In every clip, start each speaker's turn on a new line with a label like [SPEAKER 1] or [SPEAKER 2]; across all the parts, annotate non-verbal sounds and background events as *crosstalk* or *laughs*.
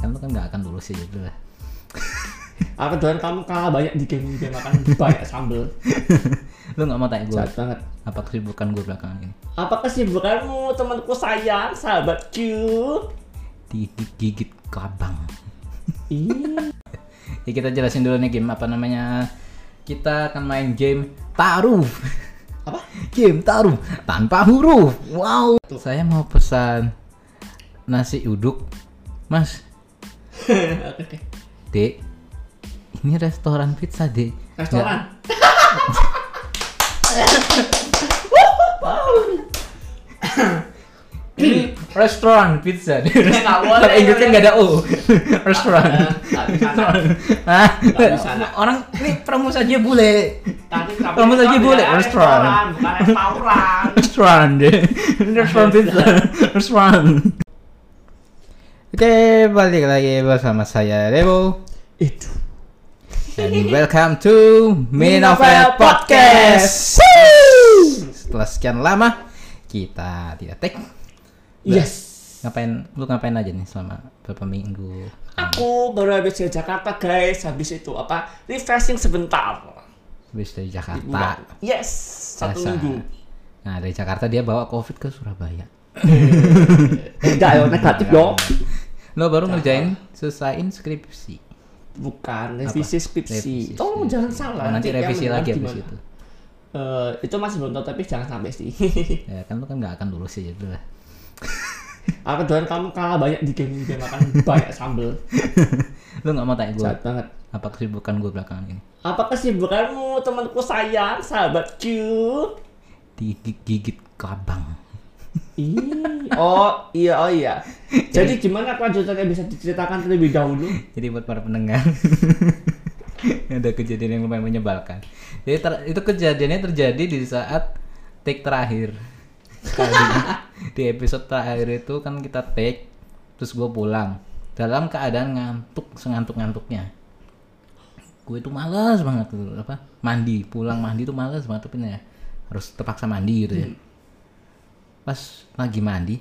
[SPEAKER 1] kan nggak akan lulus ya gitu
[SPEAKER 2] *laughs*
[SPEAKER 1] lah.
[SPEAKER 2] Aku doain kamu kalah banyak di game game makan *laughs* banyak sambel.
[SPEAKER 1] Lu nggak mau tanya gue
[SPEAKER 2] Jahat banget.
[SPEAKER 1] apa kesibukan gue belakangan ini?
[SPEAKER 2] Apa kesibukanmu temanku sayang, sahabatku?
[SPEAKER 1] Digigit gigit kabang.
[SPEAKER 2] Ih,
[SPEAKER 1] Ya kita jelasin dulu nih game apa namanya. Kita akan main game taruh.
[SPEAKER 2] Apa?
[SPEAKER 1] *laughs* Game taruh tanpa huruf. Wow. Saya mau pesan nasi uduk. Mas,
[SPEAKER 2] *laughs* Oke, oke.
[SPEAKER 1] Dek. Ini restoran pizza, Dek. Nggak-
[SPEAKER 2] Restoran.
[SPEAKER 1] Ini restoran pizza.
[SPEAKER 2] *laughs* nggak boleh,
[SPEAKER 1] Kalau Inggrisnya nggak ada O. *laughs*
[SPEAKER 2] Eh,
[SPEAKER 1] restoran.
[SPEAKER 2] nggak bisa, nak. *laughs*
[SPEAKER 1] Hah?
[SPEAKER 2] Nggak bisa, nak.
[SPEAKER 1] Orang ini promo saja boleh.
[SPEAKER 2] Tadi kamu
[SPEAKER 1] Kamu tadi
[SPEAKER 2] bilang
[SPEAKER 1] boleh, restoran.
[SPEAKER 2] bukan restoran.
[SPEAKER 1] Restoran deh. Restoran pizza. Restoran. Oke, balik lagi bersama saya Rebo.
[SPEAKER 2] *laughs* Itu.
[SPEAKER 1] And welcome to Minovel
[SPEAKER 2] Minovel
[SPEAKER 1] Podcast.
[SPEAKER 2] Podcast.
[SPEAKER 1] Woo! Setelah sekian lama kita tidak take.
[SPEAKER 2] Yes.
[SPEAKER 1] Ngapain lu ngapain aja nih selama beberapa minggu?
[SPEAKER 2] Aku baru habis ke Jakarta guys, habis itu apa refreshing sebentar.
[SPEAKER 1] Habis dari
[SPEAKER 2] Di bulan.
[SPEAKER 1] Jakarta.
[SPEAKER 2] Yes, satu
[SPEAKER 1] Biasa.
[SPEAKER 2] minggu.
[SPEAKER 1] Nah, dari Jakarta dia bawa Covid ke Surabaya.
[SPEAKER 2] *laughs* Enggak yo, negatif dong.
[SPEAKER 1] Lo baru ngerjain selesaiin skripsi.
[SPEAKER 2] Bukan revisi skripsi.
[SPEAKER 1] Revisi skripsi.
[SPEAKER 2] Tolong jangan salah.
[SPEAKER 1] Oh, nanti
[SPEAKER 2] yang
[SPEAKER 1] revisi
[SPEAKER 2] mendengar
[SPEAKER 1] lagi habis
[SPEAKER 2] gimana?
[SPEAKER 1] itu.
[SPEAKER 2] Eh, itu masih belum tahu tapi jangan sampai sih. *laughs*
[SPEAKER 1] Ya, kan lu kan nggak akan lulus ya gitu lah.
[SPEAKER 2] Aku doain kamu kalah banyak di game game makan banyak sambel.
[SPEAKER 1] Lu nggak mau tanya gue
[SPEAKER 2] Jahat banget.
[SPEAKER 1] apa kesibukan gue belakangan ini?
[SPEAKER 2] Apa kesibukanmu temanku sayang, sahabatku?
[SPEAKER 1] Digigit gigit kabang.
[SPEAKER 2] Ih, oh iya oh iya. Jadi gimana kelanjutannya bisa diceritakan terlebih dahulu?
[SPEAKER 1] Jadi buat para pendengar ada kejadian yang lumayan menyebalkan. Jadi ter- itu kejadiannya terjadi di saat take terakhir. Tadi, di episode terakhir itu kan kita take terus gue pulang dalam keadaan ngantuk sengantuk ngantuknya. Gue itu males banget tuh apa mandi pulang mandi tuh males banget tapi ya harus terpaksa mandi gitu ya. Pas lagi mandi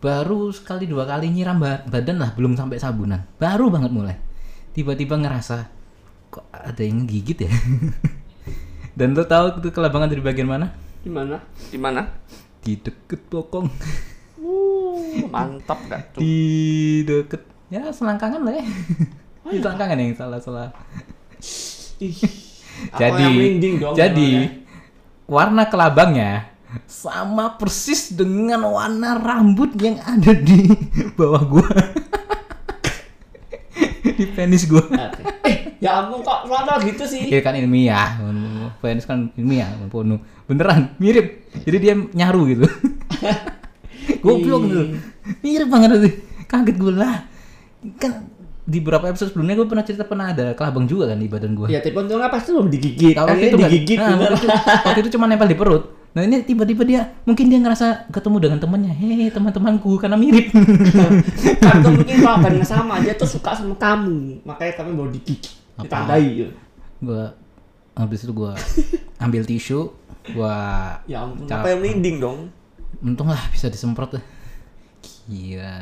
[SPEAKER 1] baru sekali dua kali nyiram ba- badan lah belum sampai sabunan baru banget mulai tiba-tiba ngerasa kok ada yang gigit ya *laughs* dan lo tahu itu kelabangan dari bagian mana
[SPEAKER 2] Di mana? Di mana?
[SPEAKER 1] di deket bokong
[SPEAKER 2] Uh, mantap gak tuh?
[SPEAKER 1] di deket ya selangkangan lah ya di selangkangan yang salah salah
[SPEAKER 2] Ih, aku
[SPEAKER 1] jadi
[SPEAKER 2] yang merinding dong
[SPEAKER 1] jadi
[SPEAKER 2] dengarnya.
[SPEAKER 1] warna kelabangnya ya. sama persis dengan warna rambut yang ada di bawah gua *laughs* di penis gua
[SPEAKER 2] Oke. eh ya ampun kok rata gitu sih.
[SPEAKER 1] Iya kan ilmiah, penis kan ilmiah, penuh. Beneran mirip. Jadi dia nyaru *laughs* gitu. Goblok gitu. Mirip banget sih. Kaget gue lah. Kan di beberapa episode sebelumnya gue pernah cerita pernah ada kelabang juga kan di badan gue.
[SPEAKER 2] Ya tapi untungnya pasti belum digigit.
[SPEAKER 1] Kalau
[SPEAKER 2] Kalau
[SPEAKER 1] waktu itu nggak-
[SPEAKER 2] digigit
[SPEAKER 1] nah,
[SPEAKER 2] Ah, bener. *laughs*
[SPEAKER 1] waktu, itu, waktu itu cuma nempel di perut. Nah ini tiba-tiba dia mungkin dia ngerasa ketemu dengan temennya, hei teman-temanku karena *laughs* mirip.
[SPEAKER 2] Kan tuh mungkin korbannya sama dia tuh suka sama kamu, makanya kamu baru digigit. Ditandai ya.
[SPEAKER 1] gue habis itu gue ambil tisu, gue
[SPEAKER 2] Ya ampun,
[SPEAKER 1] Cap.
[SPEAKER 2] apa yang merinding dong?
[SPEAKER 1] untung lah bisa disemprot. Gila.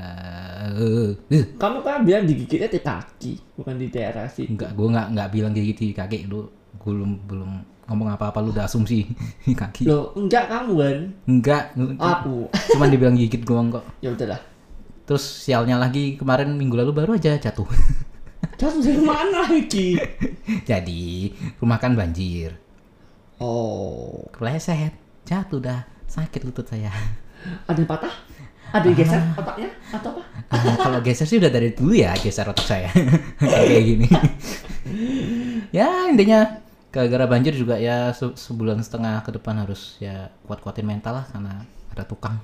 [SPEAKER 1] Eh,
[SPEAKER 2] Kamu kan bilang digigitnya di kaki, bukan di daerah sih.
[SPEAKER 1] Enggak, gue nggak nggak bilang gigit di kaki lu. Gue belum belum ngomong apa-apa lu udah asumsi *laughs* di kaki.
[SPEAKER 2] Loh, enggak kamu kan?
[SPEAKER 1] Enggak,
[SPEAKER 2] Aku.
[SPEAKER 1] cuman dibilang gigit doang kok.
[SPEAKER 2] Ya udahlah.
[SPEAKER 1] Terus sialnya lagi kemarin minggu lalu baru aja jatuh. *laughs*
[SPEAKER 2] Jatuh dari mana iki?
[SPEAKER 1] Jadi rumah kan banjir,
[SPEAKER 2] Oh,
[SPEAKER 1] kepleset, jatuh dah, sakit lutut saya. *laughs*
[SPEAKER 2] ada yang patah? Ada yang geser otaknya atau apa?
[SPEAKER 1] Ah, kalau geser sih udah dari dulu ya geser otak saya *laughs* kayak gini. *laughs* ya intinya gara-gara banjir juga ya se- sebulan setengah ke depan harus ya kuat-kuatin mental lah karena ada tukang.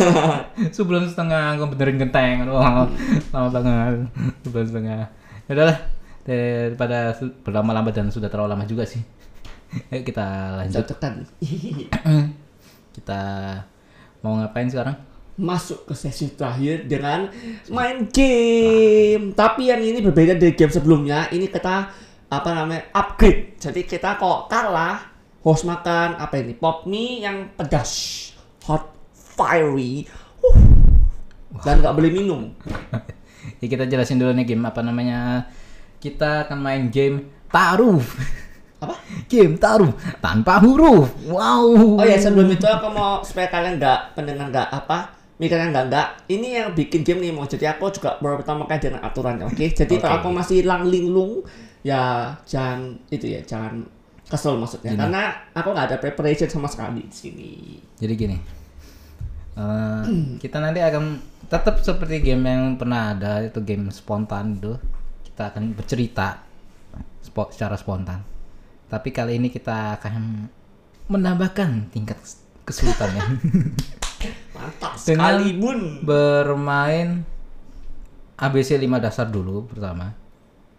[SPEAKER 1] *laughs* sebulan setengah gue benerin genteng, aduh lama banget sebulan setengah. Ya udahlah daripada su- berlama-lama dan sudah terlalu lama juga sih. Ayo kita lanjut.
[SPEAKER 2] Jotekan. *laughs*
[SPEAKER 1] kita mau ngapain sekarang? *laughs*
[SPEAKER 2] Masuk ke sesi terakhir dengan main game. Tapi yang ini berbeda dari game sebelumnya. Ini kita apa namanya upgrade. Jadi kita kok kalah harus makan apa ini pop mie yang pedas, hot, fiery, uh. dan nggak boleh minum.
[SPEAKER 1] Ya kita jelasin dulu nih game apa namanya. Kita akan main game taruh.
[SPEAKER 2] Apa?
[SPEAKER 1] *laughs* Game taruh tanpa huruf. Wow.
[SPEAKER 2] Oh ya sebelum
[SPEAKER 1] Hmm.
[SPEAKER 2] itu aku mau supaya kalian nggak pendengar nggak apa mikirnya nggak nggak ini yang bikin game nih mau jadi aku juga baru pertama kali dengan aturannya oke jadi kalau
[SPEAKER 1] Oke.
[SPEAKER 2] aku masih lang linglung ya jangan itu ya jangan kesel maksudnya karena aku nggak ada preparation sama sekali di sini
[SPEAKER 1] Jadi gini, eh, *clears throat* kita nanti akan tetap seperti game yang pernah ada itu game spontan itu kita akan bercerita spo- secara spontan. Tapi kali ini kita akan menambahkan tingkat kes- kesulitannya
[SPEAKER 2] mantap
[SPEAKER 1] Dengan-
[SPEAKER 2] sekali bun
[SPEAKER 1] bermain ABC 5 dasar dulu pertama.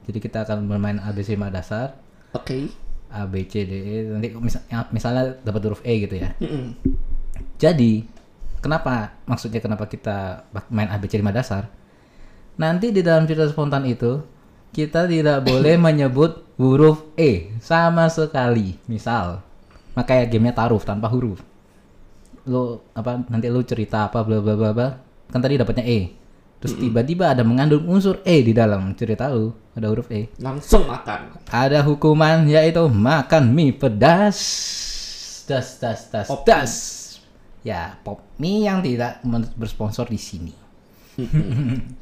[SPEAKER 1] Jadi kita akan bermain ABC 5 dasar
[SPEAKER 2] oke
[SPEAKER 1] A B C D E nanti mis- misalnya dapat huruf E gitu ya.
[SPEAKER 2] Mm-mm.
[SPEAKER 1] Jadi, kenapa maksudnya kenapa kita bak- main ABC 5 dasar? Nanti di dalam cerita spontan itu kita tidak boleh menyebut huruf E sama sekali. Misal, makanya gamenya taruh tanpa huruf. Lu apa nanti lu cerita apa bla bla bla bla. Kan tadi dapatnya E. Terus tiba-tiba ada mengandung unsur E di dalam cerita lu, ada huruf E.
[SPEAKER 2] langsung makan
[SPEAKER 1] Ada hukuman yaitu makan mie pedas. Das das das
[SPEAKER 2] Pop
[SPEAKER 1] das. Ya, pop mie yang tidak men- bersponsor di sini. *laughs*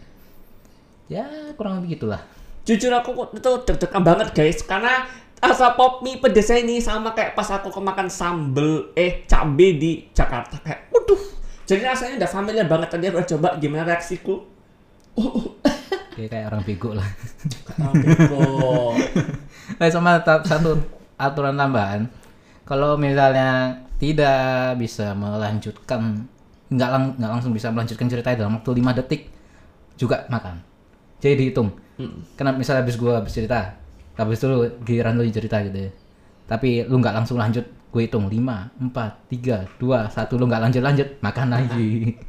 [SPEAKER 1] ya, kurang lebih gitulah.
[SPEAKER 2] jujur aku kok itu deg-degan banget guys karena rasa pop mie pedesnya ini sama kayak pas aku kemakan sambel eh cabe di Jakarta kayak waduh jadi rasanya udah familiar banget tadi aku udah coba gimana reaksiku
[SPEAKER 1] Kayak kayak orang bego lah.
[SPEAKER 2] Oh, bego.
[SPEAKER 1] Eh, sama ta- satu aturan tambahan. Kalau misalnya tidak bisa melanjutkan nggak lang nggak langsung bisa melanjutkan ceritanya dalam waktu 5 detik juga makan. Jadi dihitung.
[SPEAKER 2] Hmm.
[SPEAKER 1] Kenapa misalnya habis gua habis cerita, habis itu lu- giliran lu cerita gitu ya. Tapi lu nggak langsung lanjut, gue hitung 5, 4, 3, 2, 1 lu nggak lanjut-lanjut, makan lagi. *laughs*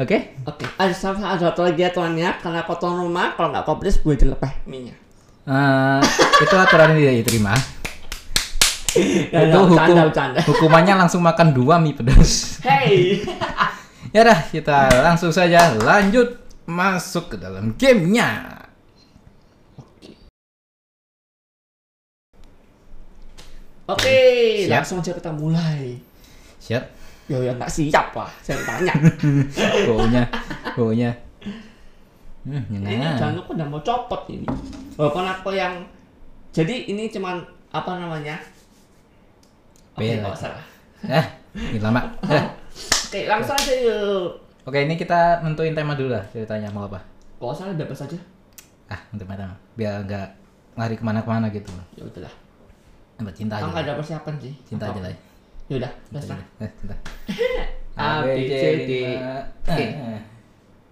[SPEAKER 1] Oke?
[SPEAKER 2] Oke, ada sama ada satu lagi ya tuannya karena aku tuan rumah kalau nggak komplit gue dilepeh minyak.
[SPEAKER 1] Eh, itu aturan yang tidak diterima.
[SPEAKER 2] Ya,
[SPEAKER 1] itu
[SPEAKER 2] ya,
[SPEAKER 1] hukum,
[SPEAKER 2] bercanda, bercanda.
[SPEAKER 1] *laughs* hukumannya langsung makan dua mie
[SPEAKER 2] *laughs*
[SPEAKER 1] pedas.
[SPEAKER 2] Hey,
[SPEAKER 1] Ya dah, kita langsung saja lanjut masuk ke dalam gamenya.
[SPEAKER 2] oke,
[SPEAKER 1] Siap.
[SPEAKER 2] langsung aja kita mulai.
[SPEAKER 1] Siap?
[SPEAKER 2] Yo ya nggak siap lah, saya tanya.
[SPEAKER 1] Baunya, baunya. Hmm,
[SPEAKER 2] Ini
[SPEAKER 1] nyengat.
[SPEAKER 2] jangan aku udah mau copot ini. Walaupun aku yang jadi ini cuman apa namanya? Oke,
[SPEAKER 1] Bela.
[SPEAKER 2] nggak salah.
[SPEAKER 1] Eh, ini lama. Eh,
[SPEAKER 2] Oke, langsung aja yuk.
[SPEAKER 1] Oke, ini kita nentuin tema dulu lah ceritanya mau apa.
[SPEAKER 2] Kalau salah bebas aja.
[SPEAKER 1] Ah, untuk tema. Biar nggak lari kemana-kemana gitu.
[SPEAKER 2] Ya udahlah.
[SPEAKER 1] Apa cinta
[SPEAKER 2] Aku nggak
[SPEAKER 1] aja.
[SPEAKER 2] ada persiapan sih.
[SPEAKER 1] Cinta aja
[SPEAKER 2] Apa?
[SPEAKER 1] lah.
[SPEAKER 2] Ya udah,
[SPEAKER 1] Cinta aja
[SPEAKER 2] basta.
[SPEAKER 1] lah. Eh, cinta.
[SPEAKER 2] A, B, C, D, E.
[SPEAKER 1] Eh,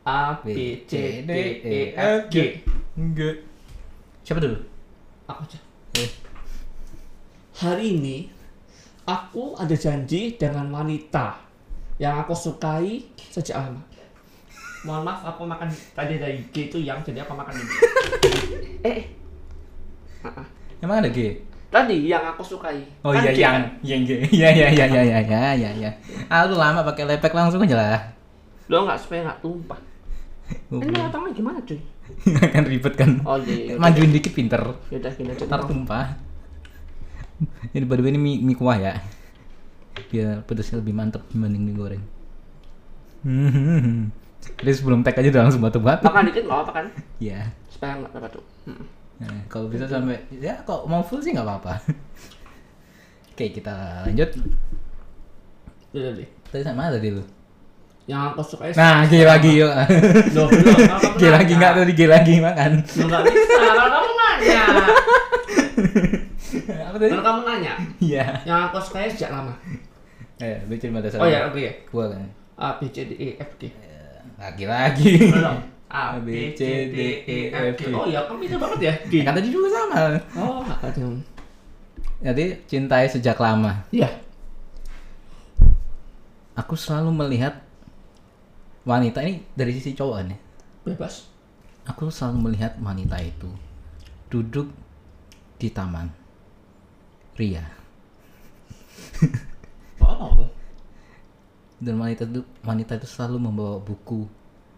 [SPEAKER 2] A, B, C, D, E, F, G.
[SPEAKER 1] Enggak. Siapa dulu?
[SPEAKER 2] Aku aja.
[SPEAKER 1] Eh,
[SPEAKER 2] Hari ini aku ada janji dengan wanita yang aku sukai sejak lama. Mohon maaf, aku makan tadi dari G itu yang jadi aku makan ini. eh, eh,
[SPEAKER 1] Emang ada G?
[SPEAKER 2] tadi yang aku sukai.
[SPEAKER 1] Oh
[SPEAKER 2] Kan
[SPEAKER 1] iya
[SPEAKER 2] G,
[SPEAKER 1] yang
[SPEAKER 2] kan?
[SPEAKER 1] yang *laughs* G. Iya iya iya iya iya iya iya iya. Ah lu lama pakai lepek langsung aja lah.
[SPEAKER 2] Lo nggak supaya nggak tumpah. Ini
[SPEAKER 1] Goblok.
[SPEAKER 2] mau tangan gimana cuy?
[SPEAKER 1] *laughs* Akan ribet kan.
[SPEAKER 2] Oh iya, iya.
[SPEAKER 1] *laughs* Majuin dikit pinter.
[SPEAKER 2] Yaudah gini aja.
[SPEAKER 1] Ntar tumpah. Ini by the way, ini mie, mie kuah ya. Biar pedasnya lebih mantep dibanding mie goreng. *laughs* Hmm. Jadi sebelum tag aja udah langsung batu-batu.
[SPEAKER 2] Makan dikit nggak apa-apa kan?
[SPEAKER 1] Ya.
[SPEAKER 2] Supaya nggak apa tuh. Mm.
[SPEAKER 1] Nah, kalau bisa sampai ya kalau mau full sih nggak apa-apa. *laughs* Oke, kita lanjut.
[SPEAKER 2] Udah deh.
[SPEAKER 1] Tadi sama tadi lu.
[SPEAKER 2] Iya, Yang aku sukai.
[SPEAKER 1] Nah, G lagi yuk.
[SPEAKER 2] *laughs*
[SPEAKER 1] *laughs*
[SPEAKER 2] Loh, belum. Kamu
[SPEAKER 1] G lagi
[SPEAKER 2] nanya.
[SPEAKER 1] nggak tadi G lagi makan.
[SPEAKER 2] Loh, nggak bisa. Kalau kamu
[SPEAKER 1] *laughs*
[SPEAKER 2] nanya.
[SPEAKER 1] Apa tadi?
[SPEAKER 2] Kalau kamu nanya.
[SPEAKER 1] Iya.
[SPEAKER 2] Yang aku sukai sejak lama.
[SPEAKER 1] Eh, lu cerita dasar.
[SPEAKER 2] Oh ya, oke ya.
[SPEAKER 1] Gua kan.
[SPEAKER 2] A B C D E F G.
[SPEAKER 1] Lagi-lagi.
[SPEAKER 2] Belum. A B C D E F G. Oh ya, kamu bisa banget ya. G.
[SPEAKER 1] Kan tadi juga sama.
[SPEAKER 2] Oh, apa dong?
[SPEAKER 1] Jadi cintai sejak lama.
[SPEAKER 2] Iya.
[SPEAKER 1] Aku selalu melihat wanita ini dari sisi cowok nih.
[SPEAKER 2] Bebas.
[SPEAKER 1] Aku selalu melihat wanita itu duduk di taman. Ria.
[SPEAKER 2] Oh,
[SPEAKER 1] Dan wanita itu wanita itu selalu membawa buku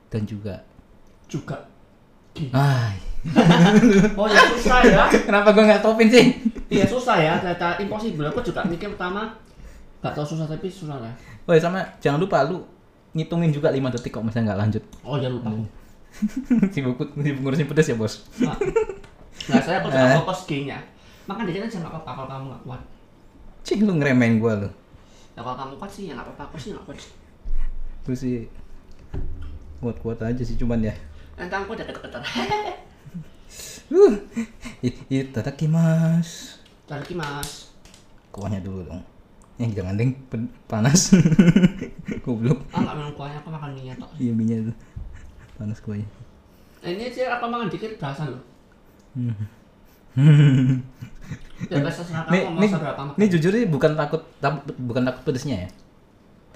[SPEAKER 1] dan juga
[SPEAKER 2] juga.
[SPEAKER 1] Ah,
[SPEAKER 2] Oh ya susah ya.
[SPEAKER 1] kenapa gua nggak stopin sih?
[SPEAKER 2] Iya susah ya. Ternyata impossible. Aku juga mikir pertama nggak tahu susah tapi susah ya.
[SPEAKER 1] Woi sama jangan lupa lu ngitungin juga 5 detik kok misalnya nggak lanjut.
[SPEAKER 2] Oh ya lupa.
[SPEAKER 1] *laughs* sibuk sibuk ngurusin pedes ya bos.
[SPEAKER 2] Nah, nah saya aku juga fokus kayaknya. Makan dikit aja nggak apa-apa kalau kamu nggak kuat.
[SPEAKER 1] Cing lu ngeremehin gua lu.
[SPEAKER 2] Ya kalau kamu kuat sih ya nggak apa-apa. Aku sih nggak kuat.
[SPEAKER 1] Lu sih kuat-kuat aja sih cuman ya.
[SPEAKER 2] Nanti aku udah ketar-ketar.
[SPEAKER 1] Uh, itadakimasu.
[SPEAKER 2] Tadi mas.
[SPEAKER 1] Kuahnya dulu dong. Yang jangan ding pe- panas. *laughs* Goblok.
[SPEAKER 2] Ah nggak minum kuahnya aku makan minyak tok. Eh,
[SPEAKER 1] Iya minyak itu. Panas kuahnya.
[SPEAKER 2] Ini sih aku makan dikit berasa
[SPEAKER 1] *laughs*
[SPEAKER 2] loh. Ya berasa serah
[SPEAKER 1] Nih,
[SPEAKER 2] kamu mau
[SPEAKER 1] nih,
[SPEAKER 2] seberapa makan.
[SPEAKER 1] nih jujur sih bukan takut tam- bukan takut pedesnya ya.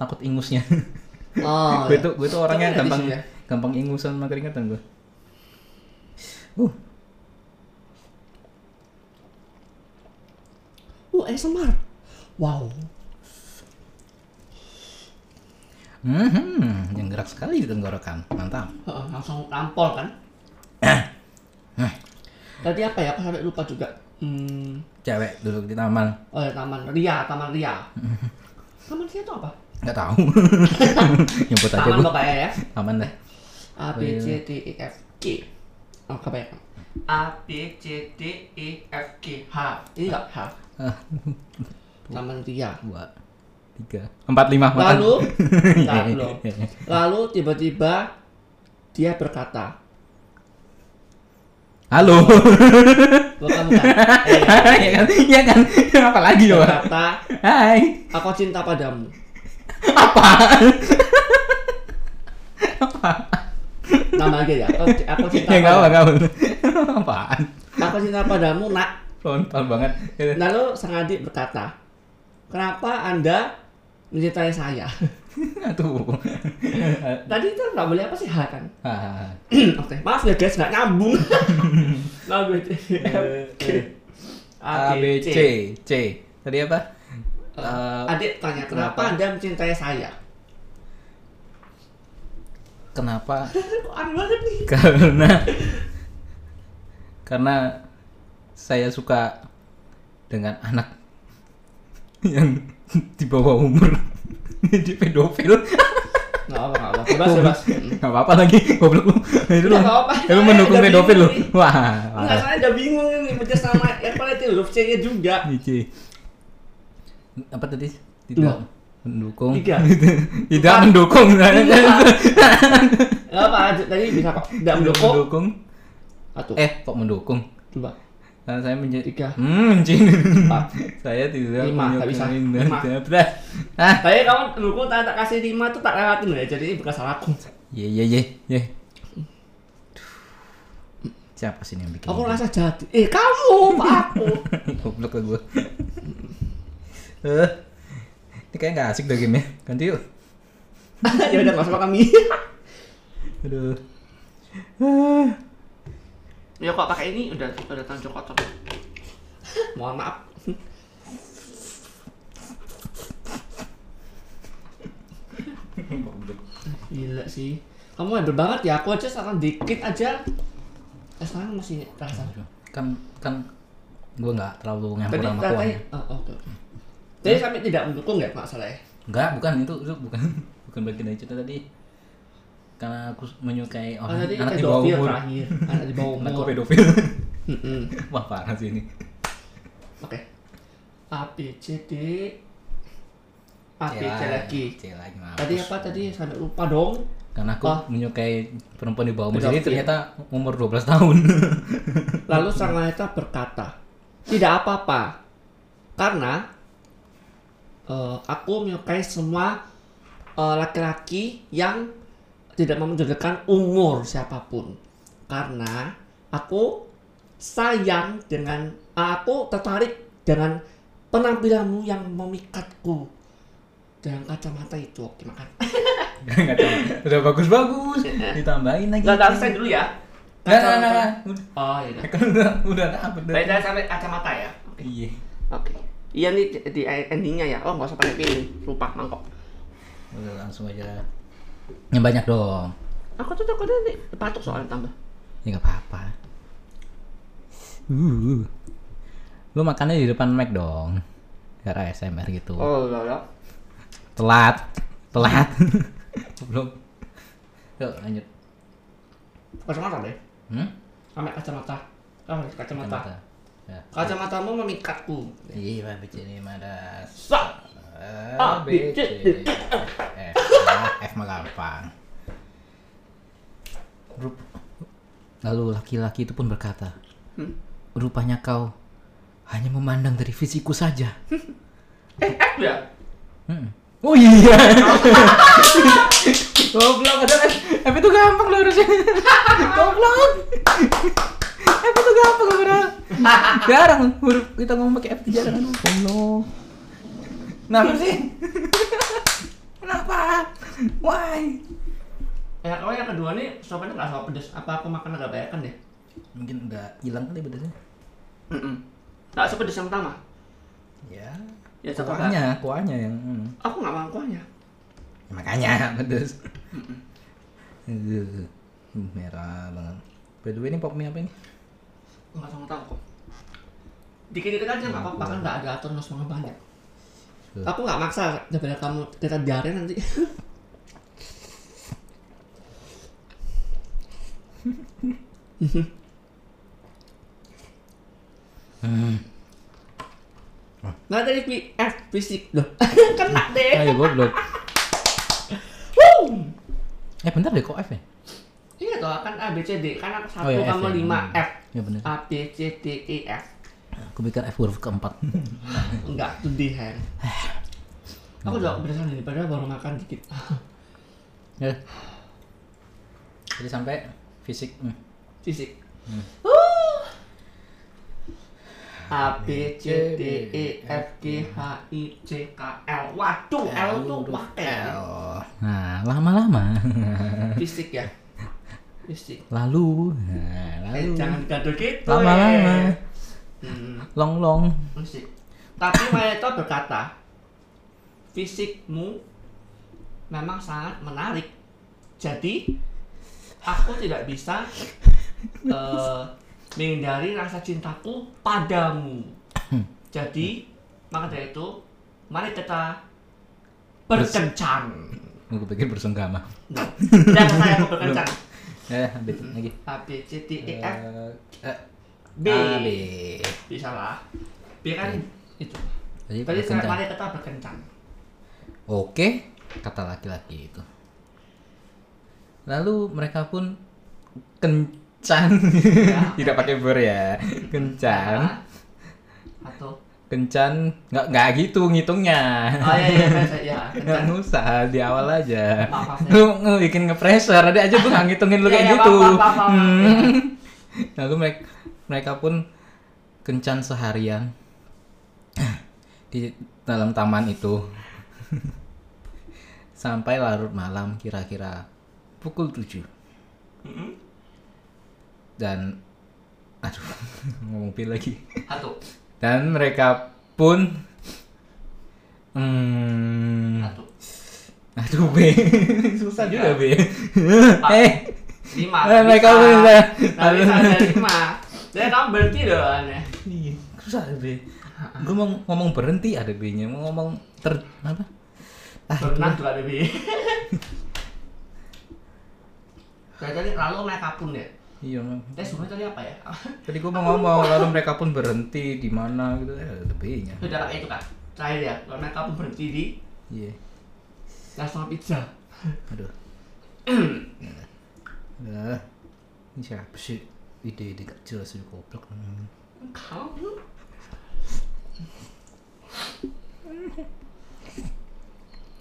[SPEAKER 1] Takut ingusnya.
[SPEAKER 2] Oh,
[SPEAKER 1] *laughs* gue
[SPEAKER 2] ya.
[SPEAKER 1] tuh gue tuh orangnya
[SPEAKER 2] Tapi ada di
[SPEAKER 1] gampang
[SPEAKER 2] sini ya.
[SPEAKER 1] gampang ingusan sama keringatan gue. Uh,
[SPEAKER 2] Uh, ASMR. Wow.
[SPEAKER 1] mhm, yang gerak sekali di tenggorokan. Mantap.
[SPEAKER 2] Heeh, langsung rampol kan?
[SPEAKER 1] Eh.
[SPEAKER 2] Tadi apa ya? Aku sampai lupa juga. Hmm,
[SPEAKER 1] Cewek duduk di taman.
[SPEAKER 2] oh ya, taman ria, taman
[SPEAKER 1] *laughs*
[SPEAKER 2] ria. Taman ria itu apa?
[SPEAKER 1] Nggak tahu. *laughs* Nyebut aja
[SPEAKER 2] Taman
[SPEAKER 1] gue.
[SPEAKER 2] apa ya?
[SPEAKER 1] Aman dah.
[SPEAKER 2] A B C D E F G. Oh, kebanyakan. A B C D E F G H. Ini enggak Iya, *laughs* H.
[SPEAKER 1] Ah,
[SPEAKER 2] Taman ria.
[SPEAKER 1] dua, tiga, empat, lima. makan.
[SPEAKER 2] *laughs* Lalu, enggak, belum.
[SPEAKER 1] Iya, iya.
[SPEAKER 2] Lalu tiba-tiba dia berkata,
[SPEAKER 1] Halo.
[SPEAKER 2] bukan *laughs* bukan. Eh,
[SPEAKER 1] Iya kan? Iya kan? Apa lagi
[SPEAKER 2] Iya.
[SPEAKER 1] coba?
[SPEAKER 2] berkata,
[SPEAKER 1] Hai.
[SPEAKER 2] aku cinta padamu.
[SPEAKER 1] Apa?
[SPEAKER 2] Nama aja ya. Aku, aku cinta
[SPEAKER 1] Ya enggak
[SPEAKER 2] padamu.
[SPEAKER 1] apa-apa. *laughs* Apaan?
[SPEAKER 2] Aku cinta padamu, nak.
[SPEAKER 1] Frontal banget.
[SPEAKER 2] Lalu sang adik berkata, kenapa anda mencintai saya? *laughs*
[SPEAKER 1] Aduh.
[SPEAKER 2] Tadi itu nggak boleh apa sih, ha kan?
[SPEAKER 1] Ah, *clears throat*
[SPEAKER 2] Oke, maaf ya guys, nggak
[SPEAKER 1] *laughs*
[SPEAKER 2] nyambung. A, B, C, F, G.
[SPEAKER 1] Eh, A B C C. Tadi apa? Eh,
[SPEAKER 2] Eh, Adik tanya, kenapa
[SPEAKER 1] Kenapa?
[SPEAKER 2] anda mencintai
[SPEAKER 1] *laughs*
[SPEAKER 2] saya?
[SPEAKER 1] kenapa?
[SPEAKER 2] Kok aneh banget nih.
[SPEAKER 1] *laughs* Karena karena saya suka dengan anak yang *laughs* di bawah umur. *laughs* Ini pedofil. *laughs*
[SPEAKER 2] Nggak apa, nggak apa. Bebas, bebas. Mm.
[SPEAKER 1] Gak apa-apa lagi, goblok lu. Itu lu.
[SPEAKER 2] Nggak apa-apa.
[SPEAKER 1] Ya, Lu mendukung
[SPEAKER 2] Udah
[SPEAKER 1] pedofil lu.
[SPEAKER 2] bingung
[SPEAKER 1] Wah.
[SPEAKER 2] Enggak, saya udah bingung ini Pedas sama Airpal itu huruf C-nya juga.
[SPEAKER 1] Cici. Apa tadi? Tidak
[SPEAKER 2] Dua.
[SPEAKER 1] mendukung.
[SPEAKER 2] Tiga.
[SPEAKER 1] *laughs* Tidak
[SPEAKER 2] Empat.
[SPEAKER 1] mendukung. *laughs*
[SPEAKER 2] Nggak apa, tadi bisa kok. Nggak mendukung.
[SPEAKER 1] mendukung.
[SPEAKER 2] Satu,
[SPEAKER 1] Eh, kok mendukung?
[SPEAKER 2] dua,
[SPEAKER 1] Karena Nah, saya menjadi
[SPEAKER 2] tiga,
[SPEAKER 1] Hmm, anjing.
[SPEAKER 2] empat.
[SPEAKER 1] *laughs* saya tidak
[SPEAKER 2] Lima, nggak bisa.
[SPEAKER 1] menyukai
[SPEAKER 2] Lima.
[SPEAKER 1] dan berat. Ah.
[SPEAKER 2] Tapi kamu dulu tak, tak kasih lima tuh tak lewatin ya, jadi ini bukan salahku.
[SPEAKER 1] Ye ye ye ye. Duh. Siapa sih ini yang bikin?
[SPEAKER 2] Aku
[SPEAKER 1] ini?
[SPEAKER 2] ngerasa jadi, eh kamu, Pak, aku.
[SPEAKER 1] *laughs*
[SPEAKER 2] *laughs*
[SPEAKER 1] Goblok lah gue. Eh. Ini kayak nggak asik deh game Ganti yuk.
[SPEAKER 2] ya udah nggak usah pakai mie.
[SPEAKER 1] Aduh. Ah.
[SPEAKER 2] ya kok pakai ini udah udah tancap kotor. *laughs* Mohon maaf. Gila sih. Kamu hebat banget ya, aku aja sekarang dikit aja. Eh, sekarang masih terasa.
[SPEAKER 1] kan kan gue nggak terlalu
[SPEAKER 2] Tadi
[SPEAKER 1] nyampur sama
[SPEAKER 2] tadi,
[SPEAKER 1] kuahnya
[SPEAKER 2] oh, oke. oke.
[SPEAKER 1] Hmm.
[SPEAKER 2] Jadi sampai tidak mendukung ya Pak Saleh?
[SPEAKER 1] nggak bukan itu itu bukan *laughs* bukan bagian dari cerita tadi karena aku menyukai
[SPEAKER 2] Oh,
[SPEAKER 1] orang
[SPEAKER 2] tadi kan?
[SPEAKER 1] anak di bawah
[SPEAKER 2] pedofil
[SPEAKER 1] umur
[SPEAKER 2] terakhir, anak di
[SPEAKER 1] *laughs*
[SPEAKER 2] bawah
[SPEAKER 1] anakku
[SPEAKER 2] umur.
[SPEAKER 1] pedofil
[SPEAKER 2] Mm-mm.
[SPEAKER 1] wah parah sih ini
[SPEAKER 2] Oke. A B C D A B
[SPEAKER 1] Cewek
[SPEAKER 2] C lagi.
[SPEAKER 1] cewek lagi mampus.
[SPEAKER 2] Tadi apa tadi sampai lupa dong.
[SPEAKER 1] karena aku
[SPEAKER 2] Ah.
[SPEAKER 1] menyukai perempuan di bawah umur jadi
[SPEAKER 2] Pedofil.
[SPEAKER 1] ternyata umur 12 tahun *laughs*
[SPEAKER 2] Lalu sang wanita berkata, tidak apa-apa, karena eh, aku menyukai semua eh, laki-laki yang tidak mempedulikan umur siapapun, karena aku sayang dengan eh, aku tertarik dengan penampilanmu yang memikatku dengan kacamata itu. Oke, makan.
[SPEAKER 1] nggak tahu udah bagus
[SPEAKER 2] *laughs*
[SPEAKER 1] bagus ditambahin lagi
[SPEAKER 2] dulu ya.
[SPEAKER 1] nggak nggak nggak udah
[SPEAKER 2] Oh, iya.
[SPEAKER 1] kan udah udah apa udah
[SPEAKER 2] Baik, jangan sampai kacamata ya.
[SPEAKER 1] iya
[SPEAKER 2] Oke. Iya nih di- di endingnya ya. Oh nggak usah pakai piring, lupa mangkok.
[SPEAKER 1] udah langsung aja yang banyak dong
[SPEAKER 2] Aku tuh takutnya nih batuk soalnya tambah.
[SPEAKER 1] Ya nggak apa-apa. Uh. Lu makannya di depan mic dong. Karena ASMR gitu.
[SPEAKER 2] Oh lah lah.
[SPEAKER 1] Telat. Telat. *laughs* Belum. Yuk, lanjut.
[SPEAKER 2] Kacamata deh.
[SPEAKER 1] Hmm?
[SPEAKER 2] Sampai kacamata. Ah, kacamata.
[SPEAKER 1] Kacamata. Ya.
[SPEAKER 2] Kacamatamu memikatku.
[SPEAKER 1] Iya, Pak BC ini ada
[SPEAKER 2] Sak.
[SPEAKER 1] A, B, C, D, E, F. Ah, F mah gampang. Rup- Lalu laki-laki itu pun berkata, rupanya kau hanya memandang dari fisikku saja.
[SPEAKER 2] Eh, F ya?
[SPEAKER 1] Hmm. Oh iya. *laughs* Goblok ada F. F itu gampang loh harusnya. *laughs* Goblok. F itu gampang loh padahal. Jarang huruf kita ngomong pakai F itu jarang. Aduh, goblok. Kenapa sih? Kenapa? Why?
[SPEAKER 2] Eh, kalau yang kedua nih, sopannya nggak soal pedes. Apa pemakan agak banyak kan deh?
[SPEAKER 1] Mungkin udah hilang kali pedasnya.
[SPEAKER 2] Mm Nggak sepedes yang pertama.
[SPEAKER 1] Ya.
[SPEAKER 2] Ya,
[SPEAKER 1] Kuahnya, kuahnya yang. hmm.
[SPEAKER 2] Aku nggak makan kuahnya.
[SPEAKER 1] Ya, makanya *laughs* pedes. Aduh, merah banget. By the way ini pop mie apa ini?
[SPEAKER 2] Nggak tahu tahu kok. Dikit-dikit aja nggak apa-apa kan nggak ada atur harus makan banyak.
[SPEAKER 1] Iya.
[SPEAKER 2] Aku nggak maksa daripada kamu kita diare
[SPEAKER 1] *laughs*
[SPEAKER 2] nanti. Nah tadi PF fisik loh. *laughs* Kena deh.
[SPEAKER 1] Ayo goblok.
[SPEAKER 2] Wuh.
[SPEAKER 1] Eh bentar deh kok F ya?
[SPEAKER 2] Iya toh kan A B C D kan
[SPEAKER 1] Oh,
[SPEAKER 2] aku satu
[SPEAKER 1] iya, F ya.
[SPEAKER 2] kamu lima
[SPEAKER 1] Hmm.
[SPEAKER 2] F.
[SPEAKER 1] Iya, bener.
[SPEAKER 2] A B C D E F.
[SPEAKER 1] Aku pikir F huruf keempat. *laughs*
[SPEAKER 2] Enggak tuh D hand. Aku udah kebiasaan daripada baru makan dikit. *laughs*
[SPEAKER 1] ya. Jadi sampai fisik. Hmm.
[SPEAKER 2] fisik. *sighs* Uh. A B C D E F G H I J K L. Waduh, L tuh pakai
[SPEAKER 1] Nah, lama-lama. *laughs*
[SPEAKER 2] fisik ya. Fisik.
[SPEAKER 1] Lalu, nah,
[SPEAKER 2] Eh,
[SPEAKER 1] lalu.
[SPEAKER 2] jangan gaduh gitu.
[SPEAKER 1] Lama-lama.
[SPEAKER 2] eh. Hmm,
[SPEAKER 1] Long-long.
[SPEAKER 2] fisik. Tapi *laughs* Mayato berkata, fisikmu memang sangat menarik. Jadi aku tidak bisa
[SPEAKER 1] *laughs*
[SPEAKER 2] eh, menghindari rasa cintaku padamu.
[SPEAKER 1] Hmm.
[SPEAKER 2] Jadi maka dari itu mari kita berkencan.
[SPEAKER 1] Aku pikir bersenggama.
[SPEAKER 2] Nah, Jangan saya
[SPEAKER 1] *laughs*
[SPEAKER 2] mau berkencan.
[SPEAKER 1] Ya, ambil lagi.
[SPEAKER 2] A B C D E F
[SPEAKER 1] Eh, eh,
[SPEAKER 2] B.
[SPEAKER 1] A, B.
[SPEAKER 2] Bisa lah. B kan itu.
[SPEAKER 1] Jadi
[SPEAKER 2] Tadi saya
[SPEAKER 1] berkencan.
[SPEAKER 2] mari kita berkencan.
[SPEAKER 1] Oke, kata laki-laki itu. Lalu mereka pun
[SPEAKER 2] *laughs*
[SPEAKER 1] kencan,
[SPEAKER 2] Ya.
[SPEAKER 1] tidak pakai ber ya, kencan,
[SPEAKER 2] Atau
[SPEAKER 1] kencan, nggak nggak gitu ngitungnya,
[SPEAKER 2] Oh iya iya iya, iya, iya.
[SPEAKER 1] nggak
[SPEAKER 2] kencan.
[SPEAKER 1] usah di awal aja.
[SPEAKER 2] Maaf, maaf, ya.
[SPEAKER 1] Lu ngebikin nge-pressure, ada aja gue nggak ngitungin lu
[SPEAKER 2] Iya,
[SPEAKER 1] kayak
[SPEAKER 2] iya,
[SPEAKER 1] gitu.
[SPEAKER 2] maaf, maaf, maaf, maaf,
[SPEAKER 1] Hmm.
[SPEAKER 2] iya.
[SPEAKER 1] Lalu mereka mereka pun kencan seharian di dalam taman itu sampai larut malam kira-kira pukul 7
[SPEAKER 2] Mm-mm.
[SPEAKER 1] dan aduh *laughs* ngomong pil lagi
[SPEAKER 2] Atau
[SPEAKER 1] dan mereka pun hmm,
[SPEAKER 2] Satu.
[SPEAKER 1] aduh be *laughs* susah juga be eh
[SPEAKER 2] Lima.
[SPEAKER 1] Eh, mereka
[SPEAKER 2] Bisa.
[SPEAKER 1] bisa.
[SPEAKER 2] Nah, bisa ada lima. Jadi kamu berhenti dong kan aneh.
[SPEAKER 1] Iya, susah ada B. Gue mau ngomong berhenti ada B-nya, mau ngomong ter apa? Ah,
[SPEAKER 2] Pernah juga ada
[SPEAKER 1] *laughs*
[SPEAKER 2] bi. Jadi tadi lalu mereka pun ya.
[SPEAKER 1] iya. Mam.
[SPEAKER 2] Tadi sebenarnya tadi apa ya? *laughs*
[SPEAKER 1] Tadi gue mau ngomong lalu mereka pun berhenti di mana gitu eh, ada B-nya.
[SPEAKER 2] Sudah kayak itu kan. Terakhir ya. Lalu mereka pun berhenti di
[SPEAKER 1] Iya.
[SPEAKER 2] restoran pizza.
[SPEAKER 1] Aduh. Nah, ini siapa sih? Ide-ide gak jelas ini goblok.
[SPEAKER 2] Kamu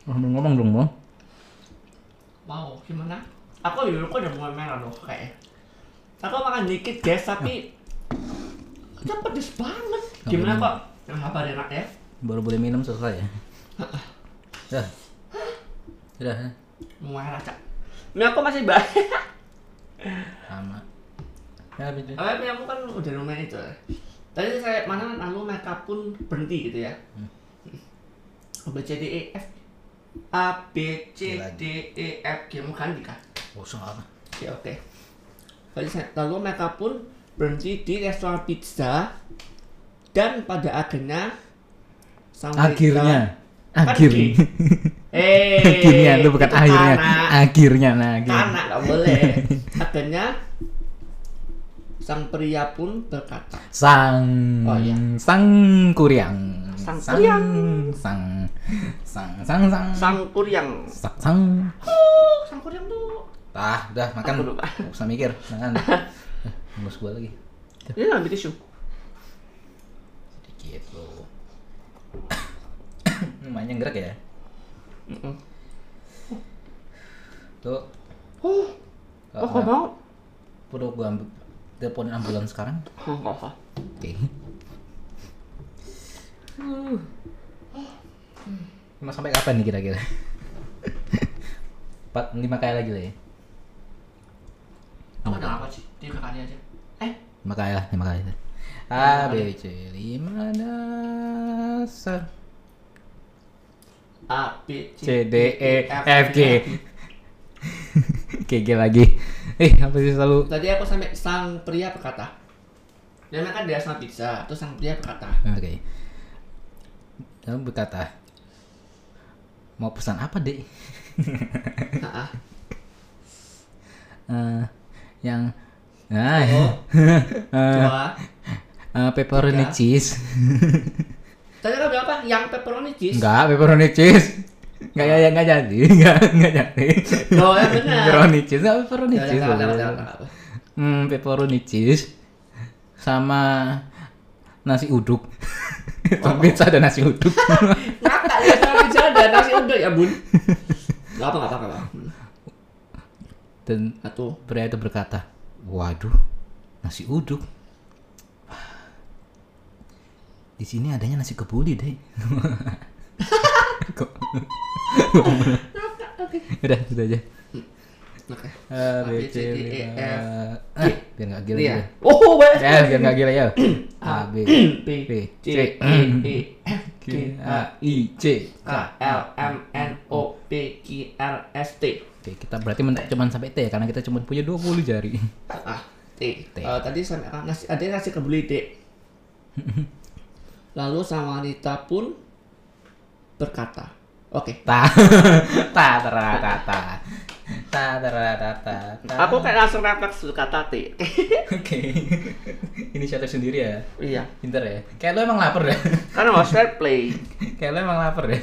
[SPEAKER 1] Ngomong-ngomong Ah, dong, Bang.
[SPEAKER 2] wow gimana? Aku dulu aku udah mulai merah loh kayaknya. Aku makan dikit guys tapi Udah pedes banget. Gimana kok? Yang sabar enak ya?
[SPEAKER 1] Baru boleh minum selesai ya. Dah. Sudah. ya?
[SPEAKER 2] Merah cak. Ini aku masih banyak.
[SPEAKER 1] Sama. Ya, habis itu.
[SPEAKER 2] *laughs* Tapi kamu kan udah lumayan itu. ya. Tadi saya mana lalu mereka pun berhenti gitu ya. A B C D E F A B C D E F G mau ganti kah?
[SPEAKER 1] Oh, salah.
[SPEAKER 2] Ya oke. Lalu saya- Lalu mereka pun berhenti di restoran pizza dan pada akhirnya sampai
[SPEAKER 1] akhirnya *laughs*
[SPEAKER 2] Kan
[SPEAKER 1] akhir
[SPEAKER 2] di- eh
[SPEAKER 1] akhirnya lu bukan
[SPEAKER 2] itu
[SPEAKER 1] akhirnya
[SPEAKER 2] anak.
[SPEAKER 1] akhirnya nah akhirnya.
[SPEAKER 2] anak nggak
[SPEAKER 1] *laughs*
[SPEAKER 2] boleh akhirnya sang pria pun berkata
[SPEAKER 1] sang
[SPEAKER 2] Oh, iya.
[SPEAKER 1] sang kuriang
[SPEAKER 2] Sang
[SPEAKER 1] sang
[SPEAKER 2] kuriang.
[SPEAKER 1] sang sang sang sang
[SPEAKER 2] sang kuryang
[SPEAKER 1] sang sang
[SPEAKER 2] oh sang kuryang tuh
[SPEAKER 1] ah udah makan
[SPEAKER 2] Aku lupa.
[SPEAKER 1] Nggak usah mikir
[SPEAKER 2] *laughs*
[SPEAKER 1] makan bos gua lagi
[SPEAKER 2] ini ambil tisu
[SPEAKER 1] sedikit *coughs* lo lumayan gerak ya
[SPEAKER 2] Mm-mm.
[SPEAKER 1] tuh
[SPEAKER 2] oh oh kok mau
[SPEAKER 1] perlu gua ambil telepon ambulan sekarang
[SPEAKER 2] oh nggak usah
[SPEAKER 1] oke Emang sampai kapan nih *laughs* kira-kira? 4, 5 kali lagi lah ya?
[SPEAKER 2] kamu udah apa sih tiga kali aja eh
[SPEAKER 1] 5 kali lah, 5 kali lah A, B, C, 5 dasar
[SPEAKER 2] A B
[SPEAKER 1] C, D, E, F, G G, G lagi Eh, apa sih selalu
[SPEAKER 2] tadi aku sampai sang pria berkata dia makan di asma pizza terus sang pria berkata
[SPEAKER 1] Oke Kamu berkata Mau pesan apa, dek?
[SPEAKER 2] ah ah,
[SPEAKER 1] Eh, yang Nah,
[SPEAKER 2] *laughs* oh dua
[SPEAKER 1] eh, pepperoni
[SPEAKER 2] Tiga.
[SPEAKER 1] cheese
[SPEAKER 2] tadi kamu bilang apa yang pepperoni cheese
[SPEAKER 1] Enggak, pepperoni cheese. Enggak ya, enggak jadi, *laughs* enggak enggak jadi.
[SPEAKER 2] oh ya
[SPEAKER 1] *laughs*
[SPEAKER 2] benar
[SPEAKER 1] Pepperoni cheese, enggak pepperoni
[SPEAKER 2] Ya, ya,
[SPEAKER 1] cheese.
[SPEAKER 2] nggak, nggak, nggak, nggak, nggak.
[SPEAKER 1] Hmm, pepperoni cheese sama nasi uduk. *laughs* Sama pizza dan nasi uduk. *laughs*
[SPEAKER 2] Ngakak ya sama pizza dan nasi uduk ya bun Gak apa gak apa gak apa Hmm,
[SPEAKER 1] dan
[SPEAKER 2] Satu
[SPEAKER 1] pria itu berkata, "Waduh, nasi uduk." Di sini adanya nasi kebuli, deh. *laughs* Kok- udah, udah aja.
[SPEAKER 2] Oke
[SPEAKER 1] A, Eh,
[SPEAKER 2] A,
[SPEAKER 1] B, C, D, E, F. Ah, biar nggak gila
[SPEAKER 2] Ini ya
[SPEAKER 1] ya.
[SPEAKER 2] Oh Hmm, banyak
[SPEAKER 1] Ya, biar nggak gila ya. A, B,
[SPEAKER 2] B
[SPEAKER 1] B,
[SPEAKER 2] C
[SPEAKER 1] C,
[SPEAKER 2] E E
[SPEAKER 1] *laughs*
[SPEAKER 2] F
[SPEAKER 1] G,
[SPEAKER 2] G
[SPEAKER 1] A,
[SPEAKER 2] H
[SPEAKER 1] I, C.
[SPEAKER 2] K L M N O P Q R S T
[SPEAKER 1] Oke, kita berarti mentok cuman sampai T ya, karena kita cuma punya 20 jari.
[SPEAKER 2] Ah, T.
[SPEAKER 1] T.
[SPEAKER 2] Eh, tadi sama ah, nasi ada nasi kebuli T. Lalu sama wanita pun berkata, "Oke,
[SPEAKER 1] Ta, *laughs* ta, tera, ta, ta. Ta, tera, ta, ta, ta.
[SPEAKER 2] aku kayak langsung refleks berkata T."
[SPEAKER 1] Oke. Ini satu sendiri ya.
[SPEAKER 2] *laughs* iya,
[SPEAKER 1] Pinter ya. Kayak lo emang lapar ya. *laughs*
[SPEAKER 2] karena mau share play.
[SPEAKER 1] Kayak lo emang lapar ya.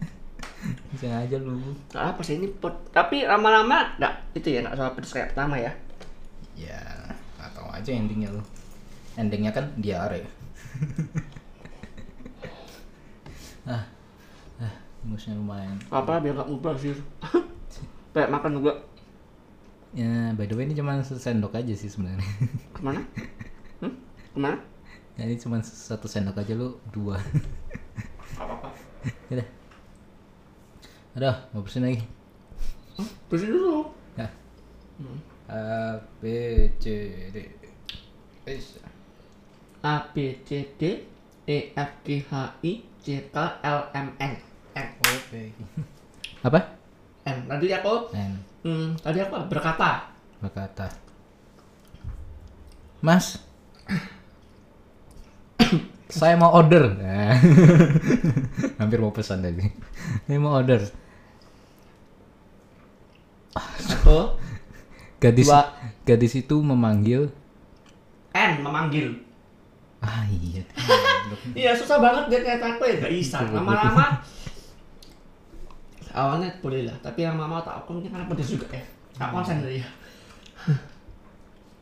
[SPEAKER 1] *laughs* Bisa aja lu.
[SPEAKER 2] Nah, apa sih ini pot- Tapi lama-lama nggak itu ya nggak soal pedes kayak pertama ya.
[SPEAKER 1] Ya, nggak tahu aja endingnya lu. Endingnya kan diare. *laughs* ah, ah, musnya lumayan.
[SPEAKER 2] Apa biar nggak ngubah *laughs* sih? kayak makan juga
[SPEAKER 1] Ya, by the way ini cuma sesendok aja sih sebenarnya. *laughs*
[SPEAKER 2] *laughs* kemana? Hmm? Kemana?
[SPEAKER 1] Ya, ini cuma satu sendok aja lu dua. *laughs*
[SPEAKER 2] Gak apa-apa.
[SPEAKER 1] Udah. Aduh, mau bersihin lagi.
[SPEAKER 2] Hah? Bersihin dulu.
[SPEAKER 1] Ya. A, B, C, D. Eish.
[SPEAKER 2] A B C D E F G H I J K L M N N
[SPEAKER 1] Apa?
[SPEAKER 2] N tadi aku
[SPEAKER 1] N.
[SPEAKER 2] hmm, tadi aku berkata
[SPEAKER 1] Berkata. Mas. *coughs* saya mau order. *laughs* Nah. Hampir mau pesan tadi. *laughs* Saya mau order.
[SPEAKER 2] satu
[SPEAKER 1] Gadis
[SPEAKER 2] Dua.
[SPEAKER 1] gadis itu memanggil.
[SPEAKER 2] N memanggil
[SPEAKER 1] Ah iya.
[SPEAKER 2] iya susah banget dia kayak aku ya gak bisa lama-lama awalnya boleh lah tapi lama-lama tak aku mungkin karena pedes juga ya gak konsen dari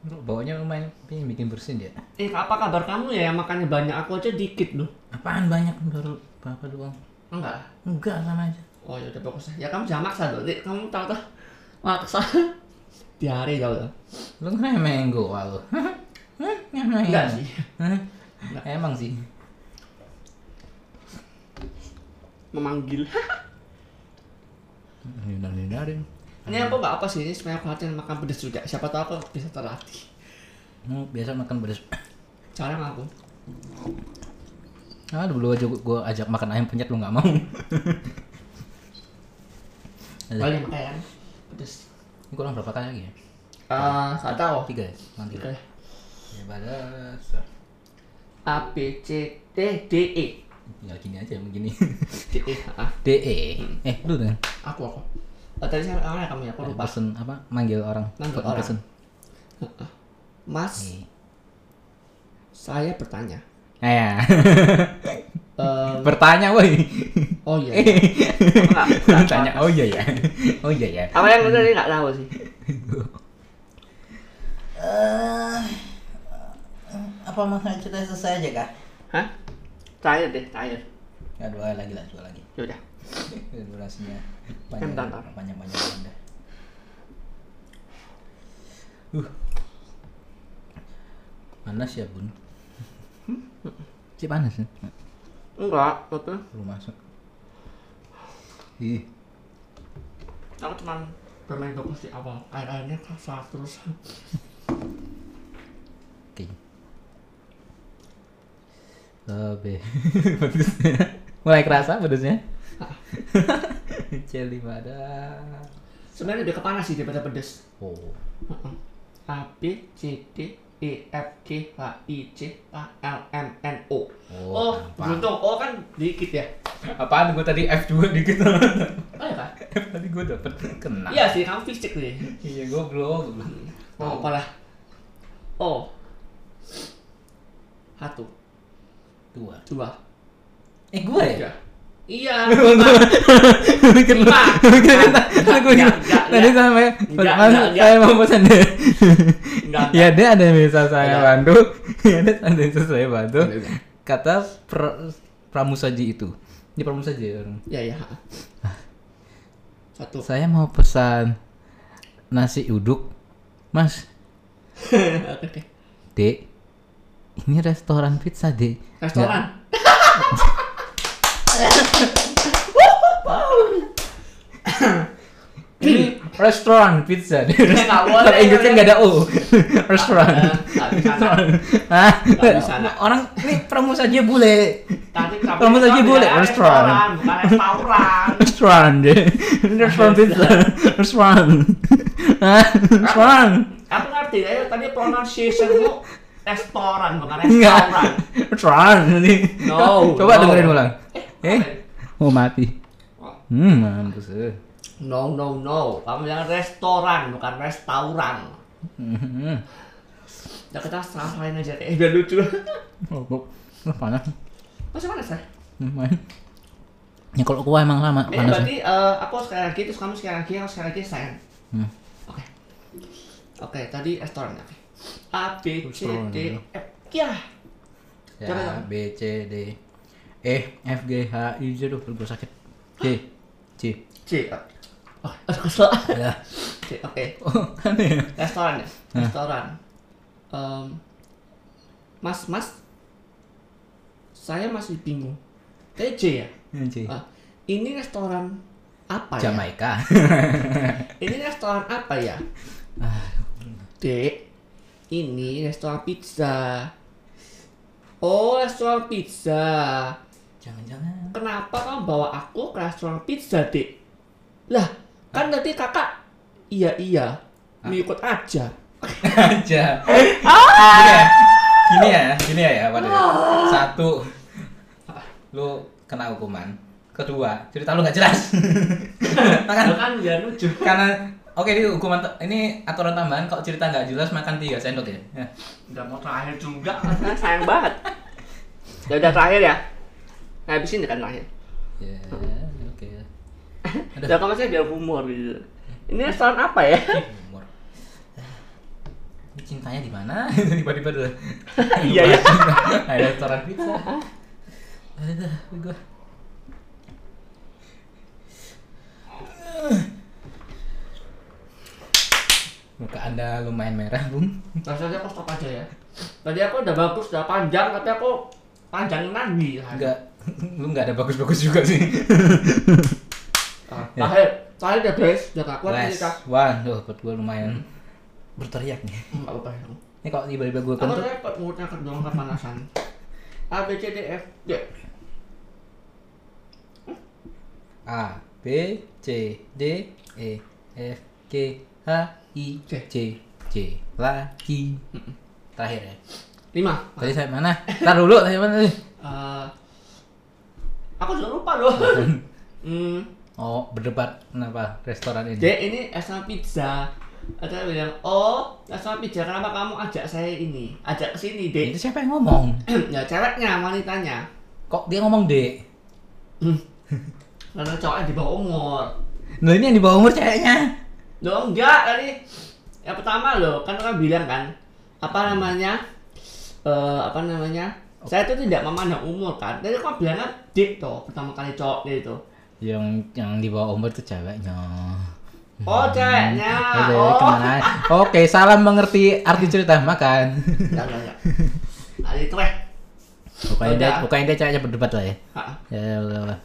[SPEAKER 1] Bro, bawanya lumayan pengen bikin bersin dia.
[SPEAKER 2] eh apa kabar kamu ya yang makannya banyak aku aja dikit loh
[SPEAKER 1] Apaan banyak baru berapa doang?
[SPEAKER 2] enggak lah.
[SPEAKER 1] Enggak sama aja.
[SPEAKER 2] oh ya udah fokus ya kamu jangan maksa loh Dik. kamu tahu tuh maksa diare kau tuh
[SPEAKER 1] Lu ngeremehin gua *laughs* Hmm, lu. Hah? Ngeremehin.
[SPEAKER 2] enggak sih
[SPEAKER 1] Hah? Hmm, Emang sih.
[SPEAKER 2] memanggil *laughs*
[SPEAKER 1] Hindar-hindarin.
[SPEAKER 2] Ini aku nggak apa sih, ini sebenarnya perhatian makan pedas juga. Siapa tahu aku bisa terlatih.
[SPEAKER 1] Mau Hmm, biasa makan pedas.
[SPEAKER 2] Sekarang aku.
[SPEAKER 1] Ah, dulu aja gua, gua ajak makan ayam penyet lu nggak mau.
[SPEAKER 2] Boleh makan pedas. kan?
[SPEAKER 1] Ini kurang berapa kali lagi ya?
[SPEAKER 2] Ah, nggak tahu.
[SPEAKER 1] Tiga ya? Cuma tiga.
[SPEAKER 2] Oke.
[SPEAKER 1] Ya, pada...
[SPEAKER 2] A B C D D E.
[SPEAKER 1] Ya gini *laughs* aja, begini.
[SPEAKER 2] D E. ah,
[SPEAKER 1] DE. Eh, lu dah.
[SPEAKER 2] aku aku. Oh, tadi saya awalnya kamu ya, aku lupa.
[SPEAKER 1] Pesen apa? Manggil orang.
[SPEAKER 2] Manggil
[SPEAKER 1] Bukan
[SPEAKER 2] orang.
[SPEAKER 1] Pesen.
[SPEAKER 2] Mas,
[SPEAKER 1] Iya.
[SPEAKER 2] saya bertanya.
[SPEAKER 1] Ah, ya. *laughs*
[SPEAKER 2] Em,
[SPEAKER 1] Bertanya woi.
[SPEAKER 2] Eh, oh iya. Enggak, *laughs* enggak,
[SPEAKER 1] *laughs* Tanya. Oh iya ya. Oh iya ya.
[SPEAKER 2] Apa yang benar ini nggak tahu sih.
[SPEAKER 1] apa makan cerita selesai aja kah?
[SPEAKER 2] Hah? Terakhir deh, terakhir.
[SPEAKER 1] Ya dua lagi lah, dua lagi.
[SPEAKER 2] Ya udah.
[SPEAKER 1] Durasinya
[SPEAKER 2] panjang- Bentar, bentar.
[SPEAKER 1] panjang panjang anda. Uh. Panas ya bun.
[SPEAKER 2] Hmm?
[SPEAKER 1] Si panas ya?
[SPEAKER 2] Enggak, apa?
[SPEAKER 1] Belum masuk. Ih,
[SPEAKER 2] Aku cuma bermain fokus di awal. Air-airnya kasar terus.
[SPEAKER 1] oke. *laughs* Lebih pedes. Mulai kerasa pedesnya. Celi pada.
[SPEAKER 2] Sebenarnya lebih ke panas sih daripada pedes.
[SPEAKER 1] Oh.
[SPEAKER 2] Heeh. A B C D E F G H I J K L M N O.
[SPEAKER 1] Oh,
[SPEAKER 2] Oh,
[SPEAKER 1] gampang.
[SPEAKER 2] beruntung. Oh kan dikit ya.
[SPEAKER 1] Apaan gue tadi F2 dikit. *laughs*
[SPEAKER 2] Oh ya kan?
[SPEAKER 1] F tadi gue dapet kena.
[SPEAKER 2] Iya sih, kamu fisik nih.
[SPEAKER 1] Iya gue belum.
[SPEAKER 2] Oh, apalah. Oh. Satu,
[SPEAKER 1] Dua.
[SPEAKER 2] dua,
[SPEAKER 1] Eh gue ya. *laughs*
[SPEAKER 2] tiga. Iya, lima.
[SPEAKER 1] Mikir lu.
[SPEAKER 2] Lima.
[SPEAKER 1] Mikir lu. Aku
[SPEAKER 2] Enggak, enggak,
[SPEAKER 1] Tadi
[SPEAKER 2] enggak.
[SPEAKER 1] sampai
[SPEAKER 2] Enggak,
[SPEAKER 1] Mas,
[SPEAKER 2] enggak,
[SPEAKER 1] saya mau pesan deh.
[SPEAKER 2] Enggak, enggak.
[SPEAKER 1] Ya ada ada yang bisa saya
[SPEAKER 2] Enggak.
[SPEAKER 1] bantu. Ya ada ada yang bisa saya bantu.
[SPEAKER 2] Enggak, enggak.
[SPEAKER 1] Kata pra- pramusaji itu. Ini pramusaji ya orang.
[SPEAKER 2] Ya, ya. ha. Satu.
[SPEAKER 1] Saya mau pesan nasi uduk. Mas,
[SPEAKER 2] *laughs* Oke deh.
[SPEAKER 1] Dek. Ini restoran pizza, Dek.
[SPEAKER 2] Restoran.
[SPEAKER 1] Ini restoran pizza.
[SPEAKER 2] *laughs* Nggak boleh,
[SPEAKER 1] Bahasa Inggrisnya
[SPEAKER 2] boleh.
[SPEAKER 1] nggak ada O. *laughs* Restoran.
[SPEAKER 2] Eh, nggak bisa, nak.
[SPEAKER 1] Restoran. Hah?
[SPEAKER 2] Nggak bisa, nak.
[SPEAKER 1] Ah. Orang ini pramus aja bule.
[SPEAKER 2] Tadi kamu
[SPEAKER 1] Kamu lagi
[SPEAKER 2] bilang
[SPEAKER 1] boleh,
[SPEAKER 2] ya,
[SPEAKER 1] restoran.
[SPEAKER 2] bukan restoran.
[SPEAKER 1] *laughs* Restoran deh. Ini Restoran pizza. Ah, Restoran. Hah? Restoran.
[SPEAKER 2] Aku ngerti ya, tadi pronunciation lu restoran bukan
[SPEAKER 1] Enggak.
[SPEAKER 2] restoran.
[SPEAKER 1] Restoran ini.
[SPEAKER 2] No,
[SPEAKER 1] Coba
[SPEAKER 2] no.
[SPEAKER 1] dengerin ulang. Eh,
[SPEAKER 2] Eh?
[SPEAKER 1] oh mati. Hmm, mampus. eh.
[SPEAKER 2] No no no, kamu bilang restoran bukan restoran.
[SPEAKER 1] Hmm.
[SPEAKER 2] Ya kita salah lain aja deh, Eh, biar lucu.
[SPEAKER 1] Mabuk. Oh, Wah, panas.
[SPEAKER 2] Masa mana sih?
[SPEAKER 1] Lumayan. Ya kalau gua emang lama
[SPEAKER 2] Eh
[SPEAKER 1] panas.
[SPEAKER 2] berarti eh, aku sekali lagi terus kamu sekali lagi, aku sekali lagi sayang.
[SPEAKER 1] Hmm.
[SPEAKER 2] Oke. Oke, tadi restoran. Oke. A B C
[SPEAKER 1] Restoran.
[SPEAKER 2] D F. Ya.
[SPEAKER 1] Ya,
[SPEAKER 2] Coba, coba.
[SPEAKER 1] B, C, D, E, F, G, H, I, J, aduh, perut gua sakit. G, C,
[SPEAKER 2] C. Oh, aduh, kesel.
[SPEAKER 1] ya.
[SPEAKER 2] C. Oke.
[SPEAKER 1] Oh, aneh ya?
[SPEAKER 2] restoran ya restoran Em, mas mas saya masih bingung TJ ya
[SPEAKER 1] Ini C.
[SPEAKER 2] Ah, ini restoran apa ya
[SPEAKER 1] Jamaika.
[SPEAKER 2] ini restoran apa ya dek ini restoran pizza oh restoran pizza
[SPEAKER 1] Jangan-jangan.
[SPEAKER 2] kenapa kamu bawa aku ke restoran pizza dek lah kan tadi kakak iya iya ngikut aja
[SPEAKER 1] Aja.
[SPEAKER 2] Ah!
[SPEAKER 1] Gini ya, gini ya, gini ya, apa deh. Satu, lu kena hukuman. Kedua, cerita lu nggak
[SPEAKER 2] *laughs*
[SPEAKER 1] jelas. Makan
[SPEAKER 2] kan biar lucu
[SPEAKER 1] karena Oke, ini hukuman ini aturan tambahan. Kalau cerita nggak jelas makan tiga sendok ya. Ya.
[SPEAKER 2] Udah mau terakhir juga, kan sayang banget. Ya udah terakhir ya. Habisin kan terakhir.
[SPEAKER 1] Ya, oke.
[SPEAKER 2] Ya kamu masih biar humor gitu. Ini restoran apa ya?
[SPEAKER 1] Umur. Ah, Ini cintanya di mana? *laughs* Tiba-tiba dulu.
[SPEAKER 2] Iya, iya.
[SPEAKER 1] *laughs* Ada restoran pizza. Ada gua. Muka Anda lumayan merah, Bung.
[SPEAKER 2] Rasanya aku stop aja ya. Tadi aku udah bagus, udah panjang, tapi aku panjangin lagi.
[SPEAKER 1] Enggak, *laughs* lu enggak ada bagus-bagus juga sih.
[SPEAKER 2] Ah, Terakhir, terakhir udah beres, udah gak kuat nih
[SPEAKER 1] Ya. Les.
[SPEAKER 2] kak. Hmm.
[SPEAKER 1] Wah, duh, perut gua lumayan berteriak nih.
[SPEAKER 2] Enggak apa-apa ya.
[SPEAKER 1] Ini kalau tiba-tiba gua
[SPEAKER 2] Aku
[SPEAKER 1] kentut,
[SPEAKER 2] tadi pe- mulutnya kedong kepanasan. A B C D F G.
[SPEAKER 1] A B C D E F G H I J C. Laki. Terakhir ya.
[SPEAKER 2] Lima.
[SPEAKER 1] Tadi saya mana? Ntar dulu, tadi mana
[SPEAKER 2] *laughs*
[SPEAKER 1] tadi?
[SPEAKER 2] Eh, aku juga lupa loh. hmm,
[SPEAKER 1] Oh, berdebat kenapa restoran ini?
[SPEAKER 2] Dek, ini asal pizza. Ada yang bilang, oh, asal pizza kenapa kamu ajak saya ini? Ajak ke sini, Dek.
[SPEAKER 1] Itu siapa yang ngomong?
[SPEAKER 2] *clears throat* ya, ceweknya, wanitanya.
[SPEAKER 1] Kok dia ngomong D?
[SPEAKER 2] Hmm. Karena cowoknya di bawah umur.
[SPEAKER 1] Nah ini yang di bawah umur ceweknya.
[SPEAKER 2] Loh, enggak tadi. Yang pertama loh, kan orang bilang kan,
[SPEAKER 1] Hmm.
[SPEAKER 2] apa namanya? Eh, apa namanya? Saya itu tidak memandang umur kan. Tadi kok bilang kan Dek toh pertama kali cowoknya itu.
[SPEAKER 1] Yang yang di bawah umur itu ceweknya.
[SPEAKER 2] Oh, ceweknya.
[SPEAKER 1] Hmm. Oke,
[SPEAKER 2] Oh.
[SPEAKER 1] kemana? Oke, salam mengerti arti cerita makan.
[SPEAKER 2] *laughs* Enggak, enggak, enggak. Ada itu eh.
[SPEAKER 1] Bukain dia,
[SPEAKER 2] Udah.
[SPEAKER 1] bukain dia ceweknya berdebat lah ya.
[SPEAKER 2] Ha.
[SPEAKER 1] Ya, ya, ya, ya.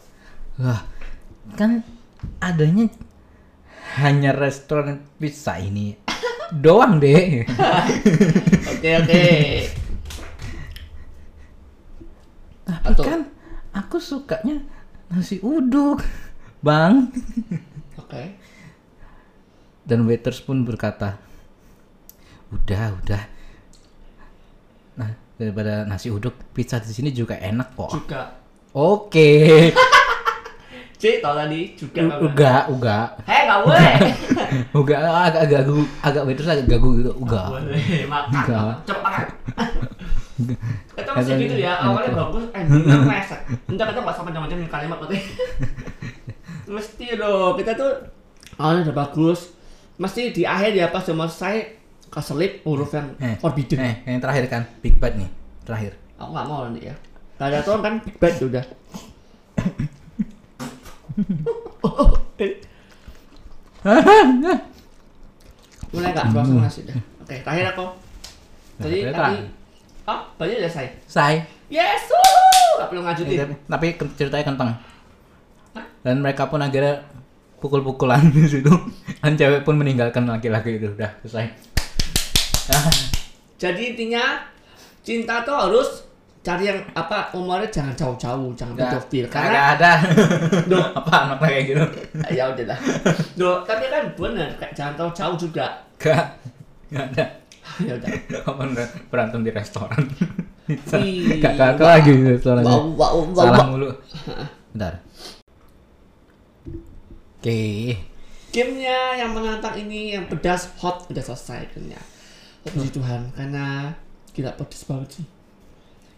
[SPEAKER 1] Wah, kan adanya hanya restoran pizza ini doang deh.
[SPEAKER 2] Oke,
[SPEAKER 1] *laughs*
[SPEAKER 2] oke.
[SPEAKER 1] Tapi
[SPEAKER 2] Atau-
[SPEAKER 1] kan aku sukanya nasi uduk, bang.
[SPEAKER 2] Oke.
[SPEAKER 1] Dan waiters pun berkata, udah, udah. Nah, daripada nasi uduk, pizza di sini juga enak kok.
[SPEAKER 2] Juga.
[SPEAKER 1] Oke,
[SPEAKER 2] C tau tadi juga.
[SPEAKER 1] U-
[SPEAKER 2] nggak?
[SPEAKER 1] uga, uga,
[SPEAKER 2] Hei, enggak boleh.
[SPEAKER 1] *laughs* uga, agak agak gagu, agak waiters agak gagu gitu, uga.
[SPEAKER 2] Boleh,
[SPEAKER 1] Enggak.
[SPEAKER 2] makan.
[SPEAKER 1] *laughs*
[SPEAKER 2] Cepat. Kita masih
[SPEAKER 1] Katanya-
[SPEAKER 2] gitu ya, awalnya bagus,
[SPEAKER 1] *laughs*
[SPEAKER 2] endingnya meleset. Entar kita nggak sama macam yang kalimat tadi. Mesti loh, kita tuh awalnya udah bagus. Mesti di akhir ya pas cuma saya keselip huruf yang
[SPEAKER 1] Eh,
[SPEAKER 2] forbidden.
[SPEAKER 1] Eh, yang terakhir kan, big bite nih, terakhir. *laughs*
[SPEAKER 2] Aku nggak mau nanti ya. Gak ada tuh kan big bad udah. Mulai nggak langsung nasi dah. Oke, terakhir aku. Jadi
[SPEAKER 1] Hmm. Nah,
[SPEAKER 2] tadi, oh, banyak udah saya.
[SPEAKER 1] Say,
[SPEAKER 2] Yes, wuhu! Gak perlu
[SPEAKER 1] Eh,
[SPEAKER 2] ngajutin.
[SPEAKER 1] tapi, tapi ke- ceritanya kentang. Dan mereka pun akhirnya pukul-pukulan *laughs* di situ. Dan cewek pun meninggalkan laki-laki itu udah selesai. Ah,
[SPEAKER 2] Jadi intinya cinta tuh harus cari yang apa umurnya jangan jauh-jauh, jangan
[SPEAKER 1] udah.
[SPEAKER 2] pedofil
[SPEAKER 1] Kagak
[SPEAKER 2] karena
[SPEAKER 1] ada. *laughs*
[SPEAKER 2] Duh.
[SPEAKER 1] Apa anak kayak gitu?
[SPEAKER 2] *laughs* ya udah lah. Duh, tapi kan bener kayak jangan terlalu jauh juga.
[SPEAKER 1] Gak. Gak ada.
[SPEAKER 2] ya udah.
[SPEAKER 1] Apa bener? berantem di restoran. *laughs*
[SPEAKER 2] Wih,
[SPEAKER 1] Gak kakak lagi di restorannya.
[SPEAKER 2] Wow, wow, wow,
[SPEAKER 1] Salah
[SPEAKER 2] wow.
[SPEAKER 1] mulu. Bentar. Oke.
[SPEAKER 2] Gamenya yang menantang ini yang pedas hot udah selesai gamenya. Oh, Puji Tuhan karena gila pedas banget sih.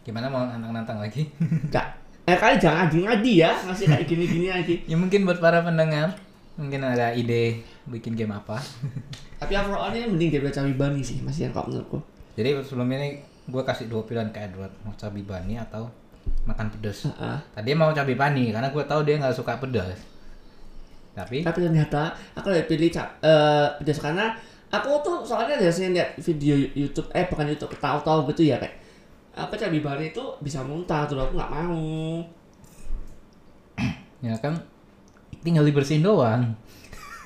[SPEAKER 1] Gimana mau nantang-nantang lagi? *laughs*
[SPEAKER 2] Enggak. Eh kalian jangan ngadi-ngadi ya ngasih kayak gini-gini lagi.
[SPEAKER 1] Ya mungkin buat para pendengar mungkin ada ide bikin game apa. *laughs*
[SPEAKER 2] Tapi overall ini mending game Cawi Bani sih masih yang kalau menurutku.
[SPEAKER 1] Jadi sebelum ini gue kasih dua pilihan ke Edward mau cabai bani atau makan pedas.
[SPEAKER 2] Heeh.
[SPEAKER 1] Tadi mau cabai bani karena gue tahu dia nggak suka pedas. Tapi
[SPEAKER 2] tapi ternyata aku lebih pilih ca- eh, pedas karena aku tuh soalnya biasanya lihat video YouTube eh bukan YouTube tahu-tahu gitu ya kayak apa cabai bari itu bisa muntah tuh aku nggak mau
[SPEAKER 1] ya kan tinggal dibersihin doang.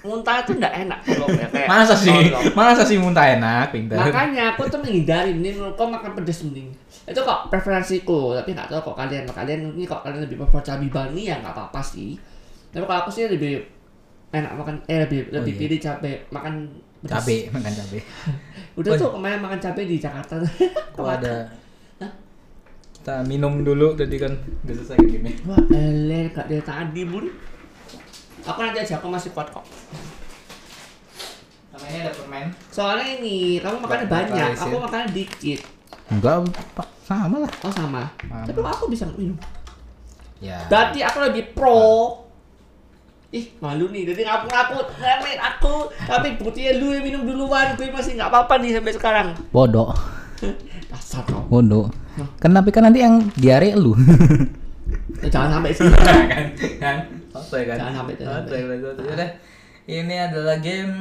[SPEAKER 2] muntah itu nggak enak kalau kayak
[SPEAKER 1] Masa sih?
[SPEAKER 2] tolong.
[SPEAKER 1] Masa sih muntah enak, pintar.
[SPEAKER 2] makanya aku tuh menghindari nih kok makan pedas mending itu kok preferensiku tapi nggak tahu kok kalian kalian ini kok kalian lebih prefer cabai bari ya nggak apa-apa sih tapi kalau aku sih lebih enak makan eh lebih lebih
[SPEAKER 1] iya.
[SPEAKER 2] pilih cabai makan pedas.
[SPEAKER 1] Cabe, makan cabe.
[SPEAKER 2] udah
[SPEAKER 1] Oh,
[SPEAKER 2] tuh kemarin makan cabai di Jakarta *laughs*
[SPEAKER 1] Kalau ada kita minum dulu tadi kan udah selesai game
[SPEAKER 2] Wah, elah, gak dari tadi, Bun. Aku nanti aja, aku masih kuat kok.
[SPEAKER 1] Sama ini ada permen.
[SPEAKER 2] Soalnya ini, kamu makannya
[SPEAKER 1] Ba-
[SPEAKER 2] banyak,
[SPEAKER 1] bakal
[SPEAKER 2] aku
[SPEAKER 1] isi.
[SPEAKER 2] makannya dikit.
[SPEAKER 1] Enggak, Pak. Sama lah.
[SPEAKER 2] Oh, sama.
[SPEAKER 1] Sama.
[SPEAKER 2] Tapi kok aku bisa minum.
[SPEAKER 1] Ya.
[SPEAKER 2] Berarti aku lebih pro. Ih, malu nih. Jadi ngaku-ngaku, ngemin aku. Tapi buktinya lu yang minum duluan. Gue masih nggak apa-apa nih sampai sekarang.
[SPEAKER 1] Bodoh.
[SPEAKER 2] Dasar kau.
[SPEAKER 1] Bodoh. Kan tapi kan nanti yang diare
[SPEAKER 2] *laughs*
[SPEAKER 1] lu.
[SPEAKER 2] Eh, Jangan sampai sih.
[SPEAKER 1] *laughs* kan kan sotoy kan
[SPEAKER 2] Jangan sampai, jangan
[SPEAKER 1] Sotoy, sotoy. Yaudah. ini adalah game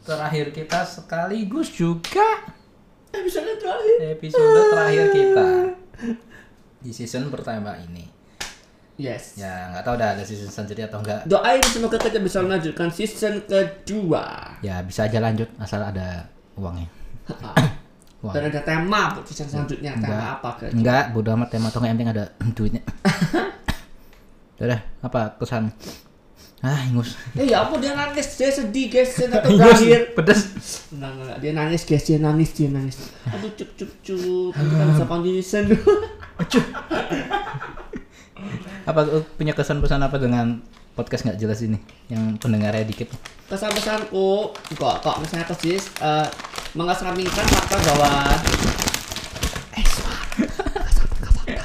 [SPEAKER 1] terakhir kita sekaligus juga
[SPEAKER 2] Episode terakhir.
[SPEAKER 1] episode terakhir kita di season pertama ini
[SPEAKER 2] Yes.
[SPEAKER 1] ya nggak tahu dah ada season selanjutnya atau enggak
[SPEAKER 2] Doain semoga kita bisa melanjutkan season kedua.
[SPEAKER 1] ya bisa aja lanjut asal ada uangnya Wah.
[SPEAKER 2] Dan ada tema buat season selanjutnya. Tema apa kira
[SPEAKER 1] enggak *clears throat*
[SPEAKER 2] *laughs*
[SPEAKER 1] bodo amat tema atau nggak, yang penting ada duitnya udah apa kesan ah ingus
[SPEAKER 2] Eh ya ampun dia nangis, dia sedih guys,
[SPEAKER 1] *laughs*
[SPEAKER 2] dia nangis
[SPEAKER 1] ingus
[SPEAKER 2] terakhir.
[SPEAKER 1] pedes
[SPEAKER 2] Enggak, enggak, enggak. dia nangis guys, dia nangis, dia nangis. Aduh cup cup cup, nanti
[SPEAKER 1] Ah.
[SPEAKER 2] kan bisa panggil *laughs* Nisan.
[SPEAKER 1] apa lu punya kesan pesan apa dengan podcast nggak jelas ini yang pendengarnya dikit
[SPEAKER 2] Kesan-pesanku, kok kok misalnya ke Jis, eh, mengesampingkan fakta bahwa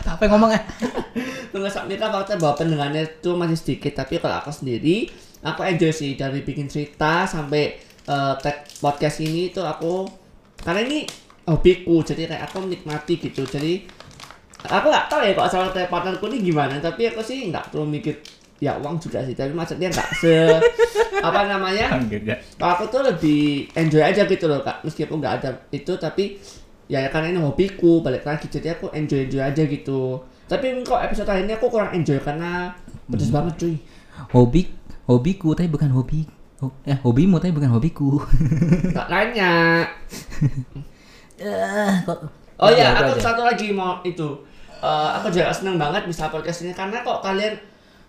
[SPEAKER 1] apa yang ngomong eh
[SPEAKER 2] mengesampingkan fakta bahwa pendengarnya itu masih sedikit, tapi kalau aku sendiri, aku enjoy sih dari bikin cerita sampai eh, tag podcast ini itu aku karena ini hobiku, jadi kayak aku menikmati gitu, jadi aku nggak tahu ya kok soal partnerku ini gimana tapi aku sih nggak terlalu mikir ya uang juga sih tapi maksudnya nggak se *laughs* apa namanya kalau aku tuh lebih enjoy aja gitu loh kak meskipun nggak ada itu tapi ya karena ini hobiku balik lagi jadi aku enjoy enjoy aja gitu tapi kok episode kali ini aku kurang enjoy karena pedes banget cuy
[SPEAKER 1] hobi hobiku tapi bukan hobi ho- eh hobimu tapi bukan hobiku
[SPEAKER 2] nggak nanya
[SPEAKER 1] Eh, kok
[SPEAKER 2] Oh
[SPEAKER 1] Udah,
[SPEAKER 2] iya,
[SPEAKER 1] itu
[SPEAKER 2] aku
[SPEAKER 1] aja.
[SPEAKER 2] satu lagi mau itu. Eh, aku juga seneng banget bisa podcast ini karena kok kalian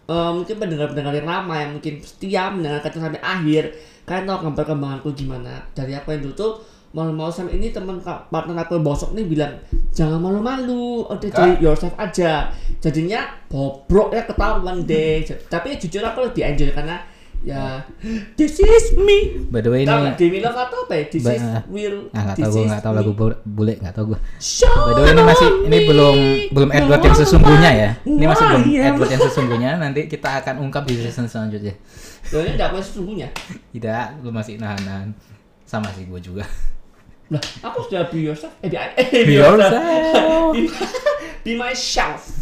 [SPEAKER 2] eh, mungkin pendengar-pendengar yang lama yang mungkin setia mendengarkan itu sampai akhir. Kalian tahu kan perkembanganku gimana dari aku yang dulu tuh malu-malu sampai ini teman ka- partner aku yang bosok nih bilang jangan malu-malu,
[SPEAKER 1] Kak.
[SPEAKER 2] udah jadi yourself aja. Jadinya bobrok ya ketahuan
[SPEAKER 1] *laughs*
[SPEAKER 2] deh. J- Tapi ya jujur aku lebih enjoy karena ya this is me.
[SPEAKER 1] by the way
[SPEAKER 2] Tahu
[SPEAKER 1] ini
[SPEAKER 2] nggak Demi Lovato apa ya? This
[SPEAKER 1] Ba-
[SPEAKER 2] is will.
[SPEAKER 1] ah nggak
[SPEAKER 2] this
[SPEAKER 1] tahu gue
[SPEAKER 2] is
[SPEAKER 1] nggak tahu
[SPEAKER 2] me.
[SPEAKER 1] lagu bu- bule nggak tahu gue
[SPEAKER 2] By
[SPEAKER 1] By the way ini masih ini belum belum Edward yang sesungguhnya ya. Ini masih belum
[SPEAKER 2] iya.
[SPEAKER 1] Edward yang sesungguhnya. Nanti kita akan ungkap di season selanjutnya.
[SPEAKER 2] Loh ini enggak masih sesungguhnya.
[SPEAKER 1] Tidak, lu masih nahan-nahan. Sama sih gue juga.
[SPEAKER 2] Lah, aku sudah be yourself. Eh, be, eh,
[SPEAKER 1] Be yourself.
[SPEAKER 2] be, be my shelf.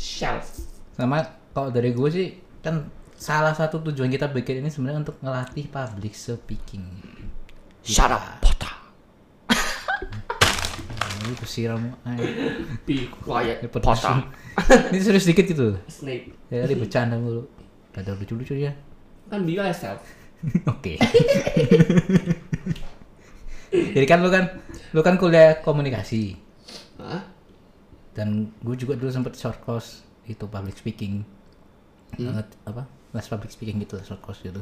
[SPEAKER 2] Shelf.
[SPEAKER 1] Sama kalau dari gue sih kan salah satu tujuan kita bikin ini sebenarnya untuk ngelatih public speaking.
[SPEAKER 2] Shut up, Potter.
[SPEAKER 1] Ini kusiram. ay.
[SPEAKER 2] Be quiet,
[SPEAKER 1] Ini pedes.
[SPEAKER 2] Potter.
[SPEAKER 1] *laughs* Ini serius dikit gitu.
[SPEAKER 2] Snape.
[SPEAKER 1] Ya tadi bercanda mulu. Gak ada lucu-lucu ya. *laughs*
[SPEAKER 2] Kan be yourself.
[SPEAKER 1] Oke. *laughs* Jadi kan lu kan lu kan kuliah komunikasi.
[SPEAKER 2] Hah?
[SPEAKER 1] dan gue juga dulu sempet short course itu public speaking banget apa les public speaking gitu short course gitu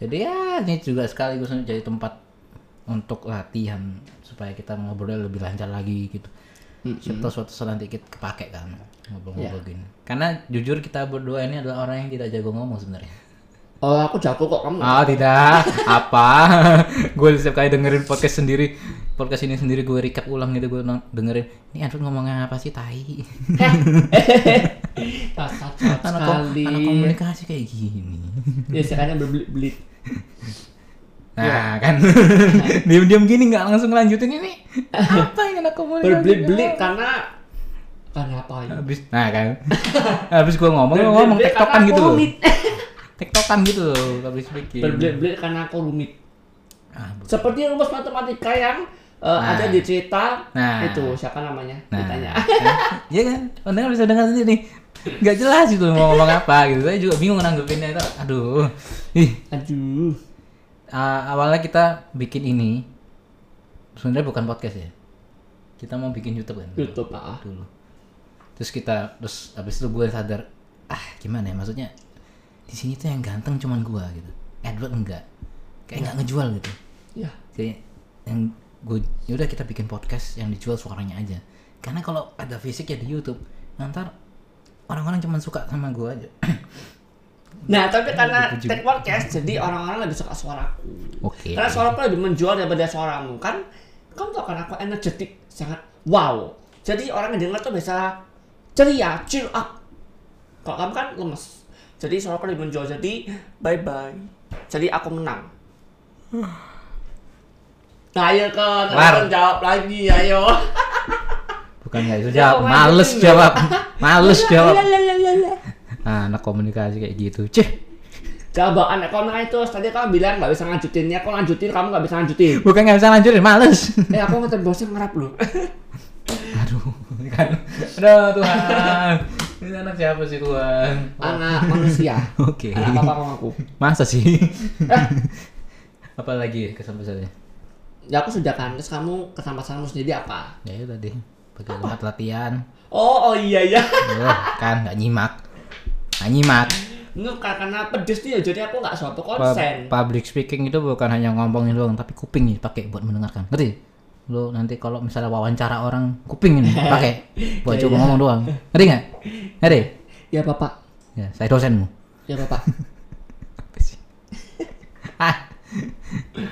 [SPEAKER 1] jadi ya ini juga sekaligus jadi tempat untuk latihan supaya kita ngobrolnya lebih lancar lagi gitu Siapa tahu suatu saat nanti kita kepake kan ngobrol-ngobrol gini karena jujur kita berdua ini adalah orang yang tidak jago ngomong sebenarnya
[SPEAKER 2] Oh, aku jago kok kamu.
[SPEAKER 1] *laughs* ah tidak *laughs* apa gue setiap kali dengerin podcast sendiri podcast ini sendiri gue recap ulang gitu gue nong- dengerin ini Andrew ngomongnya apa sih tai *laughs*
[SPEAKER 2] Tasar Eh. jahat
[SPEAKER 1] anak, kom- anak
[SPEAKER 2] sekali.
[SPEAKER 1] komunikasi kayak gini
[SPEAKER 2] Ya, sekarang berbelit-belit.
[SPEAKER 1] *laughs* Oh, iya,
[SPEAKER 2] Ya.
[SPEAKER 1] nah *laughs* kan diam-diam gini nggak langsung lanjutin ini apa ini anak komunikasi iya.
[SPEAKER 2] Berbelit-belit karena karena apa ya?
[SPEAKER 1] habis nah kan habis gua ngomong gua ngomong
[SPEAKER 2] Berbelit-belit
[SPEAKER 1] tektokan
[SPEAKER 2] karena
[SPEAKER 1] gitu
[SPEAKER 2] aku
[SPEAKER 1] loh
[SPEAKER 2] rumit.
[SPEAKER 1] tektokan gitu loh habis bikin
[SPEAKER 2] Berbelit-belit karena aku rumit.
[SPEAKER 1] Ah, bu-
[SPEAKER 2] Seperti rumus matematika yang eh,
[SPEAKER 1] Nah.
[SPEAKER 2] ada di cerita
[SPEAKER 1] Nah.
[SPEAKER 2] itu siapa namanya?
[SPEAKER 1] nah
[SPEAKER 2] Ditanya.
[SPEAKER 1] kan? iya kan pendengar bisa dengar sendiri nggak jelas gitu mau ngomong apa gitu saya juga bingung nanggepinnya itu aduh ih
[SPEAKER 2] Aduh.
[SPEAKER 1] Uh, awalnya kita bikin ini sebenarnya bukan podcast ya kita mau bikin YouTube kan
[SPEAKER 2] YouTube ah.
[SPEAKER 1] dulu terus kita terus habis itu gue sadar ah gimana ya maksudnya di sini tuh yang ganteng cuman gue gitu Edward enggak kayak nggak ngejual gitu
[SPEAKER 2] Ya.
[SPEAKER 1] jadi yang gue yaudah kita bikin podcast yang dijual suaranya aja karena kalau ada fisik ya di YouTube nanti orang-orang cuman suka sama gue aja *clears throat*
[SPEAKER 2] Nah, tapi karena
[SPEAKER 1] Dipuji.
[SPEAKER 2] take podcast jadi orang-orang lebih suka suaraku.
[SPEAKER 1] oke
[SPEAKER 2] Karena suaraku lebih menjual daripada suaramu kan. Kamu tau kan aku energetik sangat wow. Jadi orang yang denger tuh bisa ceria, cheer up. Kalau kamu kan lemes. Jadi suaraku lebih menjual. Jadi bye bye. Jadi aku menang. Nah, ayo kan,
[SPEAKER 1] Lar.
[SPEAKER 2] ayo jawab lagi, ayo.
[SPEAKER 1] bukan nggak bisa
[SPEAKER 2] Ya,
[SPEAKER 1] jawab
[SPEAKER 2] pokoknya
[SPEAKER 1] males
[SPEAKER 2] gitu.
[SPEAKER 1] jawab
[SPEAKER 2] *laughs*
[SPEAKER 1] males jawab
[SPEAKER 2] Lalalala.
[SPEAKER 1] Nah, anak komunikasi kayak gitu. Cih,
[SPEAKER 2] Coba anak kamu itu tadi kamu bilang nggak bisa lanjutinnya, kok lanjutin kamu nggak bisa lanjutin.
[SPEAKER 1] *laughs* bukan nggak bisa lanjutin, males. *laughs*
[SPEAKER 2] Eh aku ngetem bosnya ngerap loh.
[SPEAKER 1] Aduh, kan. Aduh, Tuhan. Ini anak siapa sih, Tuhan?
[SPEAKER 2] Anak manusia.
[SPEAKER 1] Oh. *laughs* Oke.
[SPEAKER 2] Anak papa mamaku.
[SPEAKER 1] Masa *laughs* sih? Ah. Apalagi kesan besarnya?
[SPEAKER 2] Ya aku sudah kan, terus kamu kesampasanmu sendiri apa?
[SPEAKER 1] Ya itu tadi, bagaimana latihan.
[SPEAKER 2] Oh, oh iya ya.
[SPEAKER 1] Loh, kan nggak nyimak. Nggak nyimak.
[SPEAKER 2] Enggak karena pedes nih ya, jadi aku nggak suatu
[SPEAKER 1] Pub-
[SPEAKER 2] konsen.
[SPEAKER 1] public speaking itu bukan hanya ngomongin doang tapi kuping nih pakai buat mendengarkan ngerti lu nanti kalau misalnya wawancara orang kuping ini pakai
[SPEAKER 2] *laughs*
[SPEAKER 1] buat
[SPEAKER 2] Iya,
[SPEAKER 1] coba
[SPEAKER 2] iya.
[SPEAKER 1] ngomong doang ngerti nggak ngerti
[SPEAKER 2] Ya bapak,
[SPEAKER 1] ya saya dosenmu
[SPEAKER 2] ya bapak.
[SPEAKER 1] ah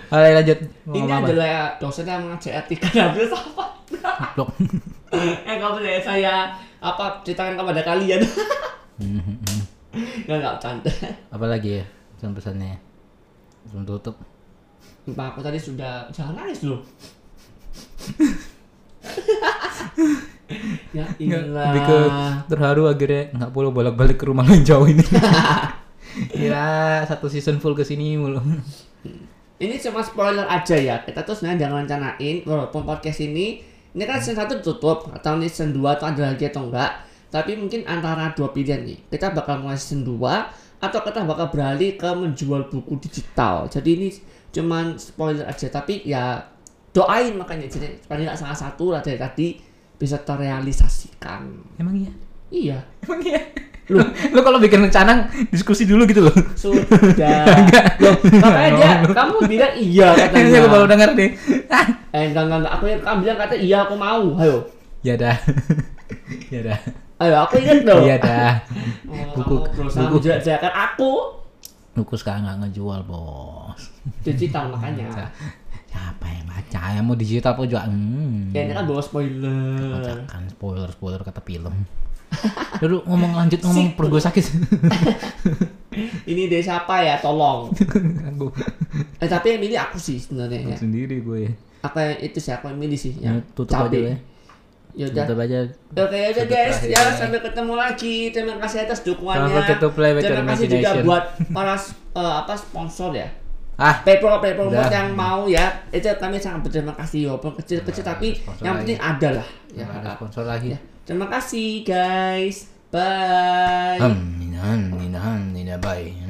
[SPEAKER 1] Oke lanjut Mau
[SPEAKER 2] Ini
[SPEAKER 1] *laughs* ngomong apa?
[SPEAKER 2] adalah dosen yang mengajar etika dan filsafat. *laughs*
[SPEAKER 1] Blok.
[SPEAKER 2] eh kalau boleh saya apa ceritakan kepada kalian? *laughs* Enggak enggak canda.
[SPEAKER 1] apa lagi ya pesan-pesannya belum tutup
[SPEAKER 2] Sumpah aku tadi sudah jangan nangis *laughs* loh. ya
[SPEAKER 1] Lebih ke
[SPEAKER 2] ilah.
[SPEAKER 1] terharu akhirnya nggak perlu bolak-balik ke rumah yang *laughs* jauh ini kira satu season full ke sini mulu
[SPEAKER 2] Ini cuma spoiler aja ya. Kita tuh sebenarnya jangan rencanain walaupun podcast ini ini kan season 1 tutup atau ini season 2 tuh ada lagi atau enggak. Tapi mungkin antara dua pilihan nih. Kita bakal mulai season 2 atau kita bakal beralih ke menjual buku digital. Jadi ini cuman spoiler aja tapi ya doain makanya jadi paling nggak salah satu lah dari tadi bisa terrealisasikan.
[SPEAKER 1] emang iya
[SPEAKER 2] Iya.
[SPEAKER 1] Emang iya? Lu, lu kalau bikin rencana diskusi dulu gitu loh. *laughs*
[SPEAKER 2] Sudah. Loh, makanya dia kamu bilang iya
[SPEAKER 1] Ini aku baru
[SPEAKER 2] katanya.
[SPEAKER 1] dengar deh. Ah.
[SPEAKER 2] Eh, enggak, enggak, enggak. Aku ingat kamu bilang kata iya aku mau. Ayo.
[SPEAKER 1] Ya dah. *laughs* Ya dah.
[SPEAKER 2] Ayo, aku ingat dong.
[SPEAKER 1] Ya dah.
[SPEAKER 2] buku,
[SPEAKER 1] Buku-
[SPEAKER 2] kamu berusaha
[SPEAKER 1] buku.
[SPEAKER 2] menjelek-jelekan kan aku.
[SPEAKER 1] Buku sekarang nggak ngejual, Bos.
[SPEAKER 2] Digital makanya.
[SPEAKER 1] Ya. Siapa yang baca? Yang mau digital apa juga? Hmm.
[SPEAKER 2] Ya, ini kan bawa spoiler.
[SPEAKER 1] Bacakan spoiler-spoiler kata film. *laughs* Dulu ngomong lanjut ngomong perut gue sakit. *laughs*
[SPEAKER 2] Ini dari siapa ya?
[SPEAKER 1] *laughs*
[SPEAKER 2] Tolong.
[SPEAKER 1] aku
[SPEAKER 2] Eh, tapi yang milih aku sih sebenarnya ya.
[SPEAKER 1] sendiri gue ya.
[SPEAKER 2] Aku yang itu sih, aku yang milih sih.
[SPEAKER 1] Ya,
[SPEAKER 2] Ya.
[SPEAKER 1] tutup aja
[SPEAKER 2] Cabe.
[SPEAKER 1] ya.
[SPEAKER 2] Yaudah.
[SPEAKER 1] Tutup aja.
[SPEAKER 2] Oke ya udah
[SPEAKER 1] Tutup
[SPEAKER 2] guys,
[SPEAKER 1] terakhir
[SPEAKER 2] ya
[SPEAKER 1] ya.
[SPEAKER 2] sampai ketemu lagi. Terima kasih atas dukungannya.
[SPEAKER 1] Jangan lupa kita play with
[SPEAKER 2] Terima
[SPEAKER 1] your
[SPEAKER 2] kasih juga
[SPEAKER 1] imagination.
[SPEAKER 2] buat para eh, apa sponsor ya.
[SPEAKER 1] Ah,
[SPEAKER 2] Paypal paypal
[SPEAKER 1] Udah.
[SPEAKER 2] yang mau ya itu kami sangat berterima kasih walaupun kecil-kecil tapi
[SPEAKER 1] sponsor
[SPEAKER 2] yang
[SPEAKER 1] lagi.
[SPEAKER 2] penting ada lah ya.
[SPEAKER 1] ya, ada sponsor lagi.
[SPEAKER 2] Ya. Terima kasih guys. Bye.
[SPEAKER 1] Hmm, ninahan, ninahan, ninabai.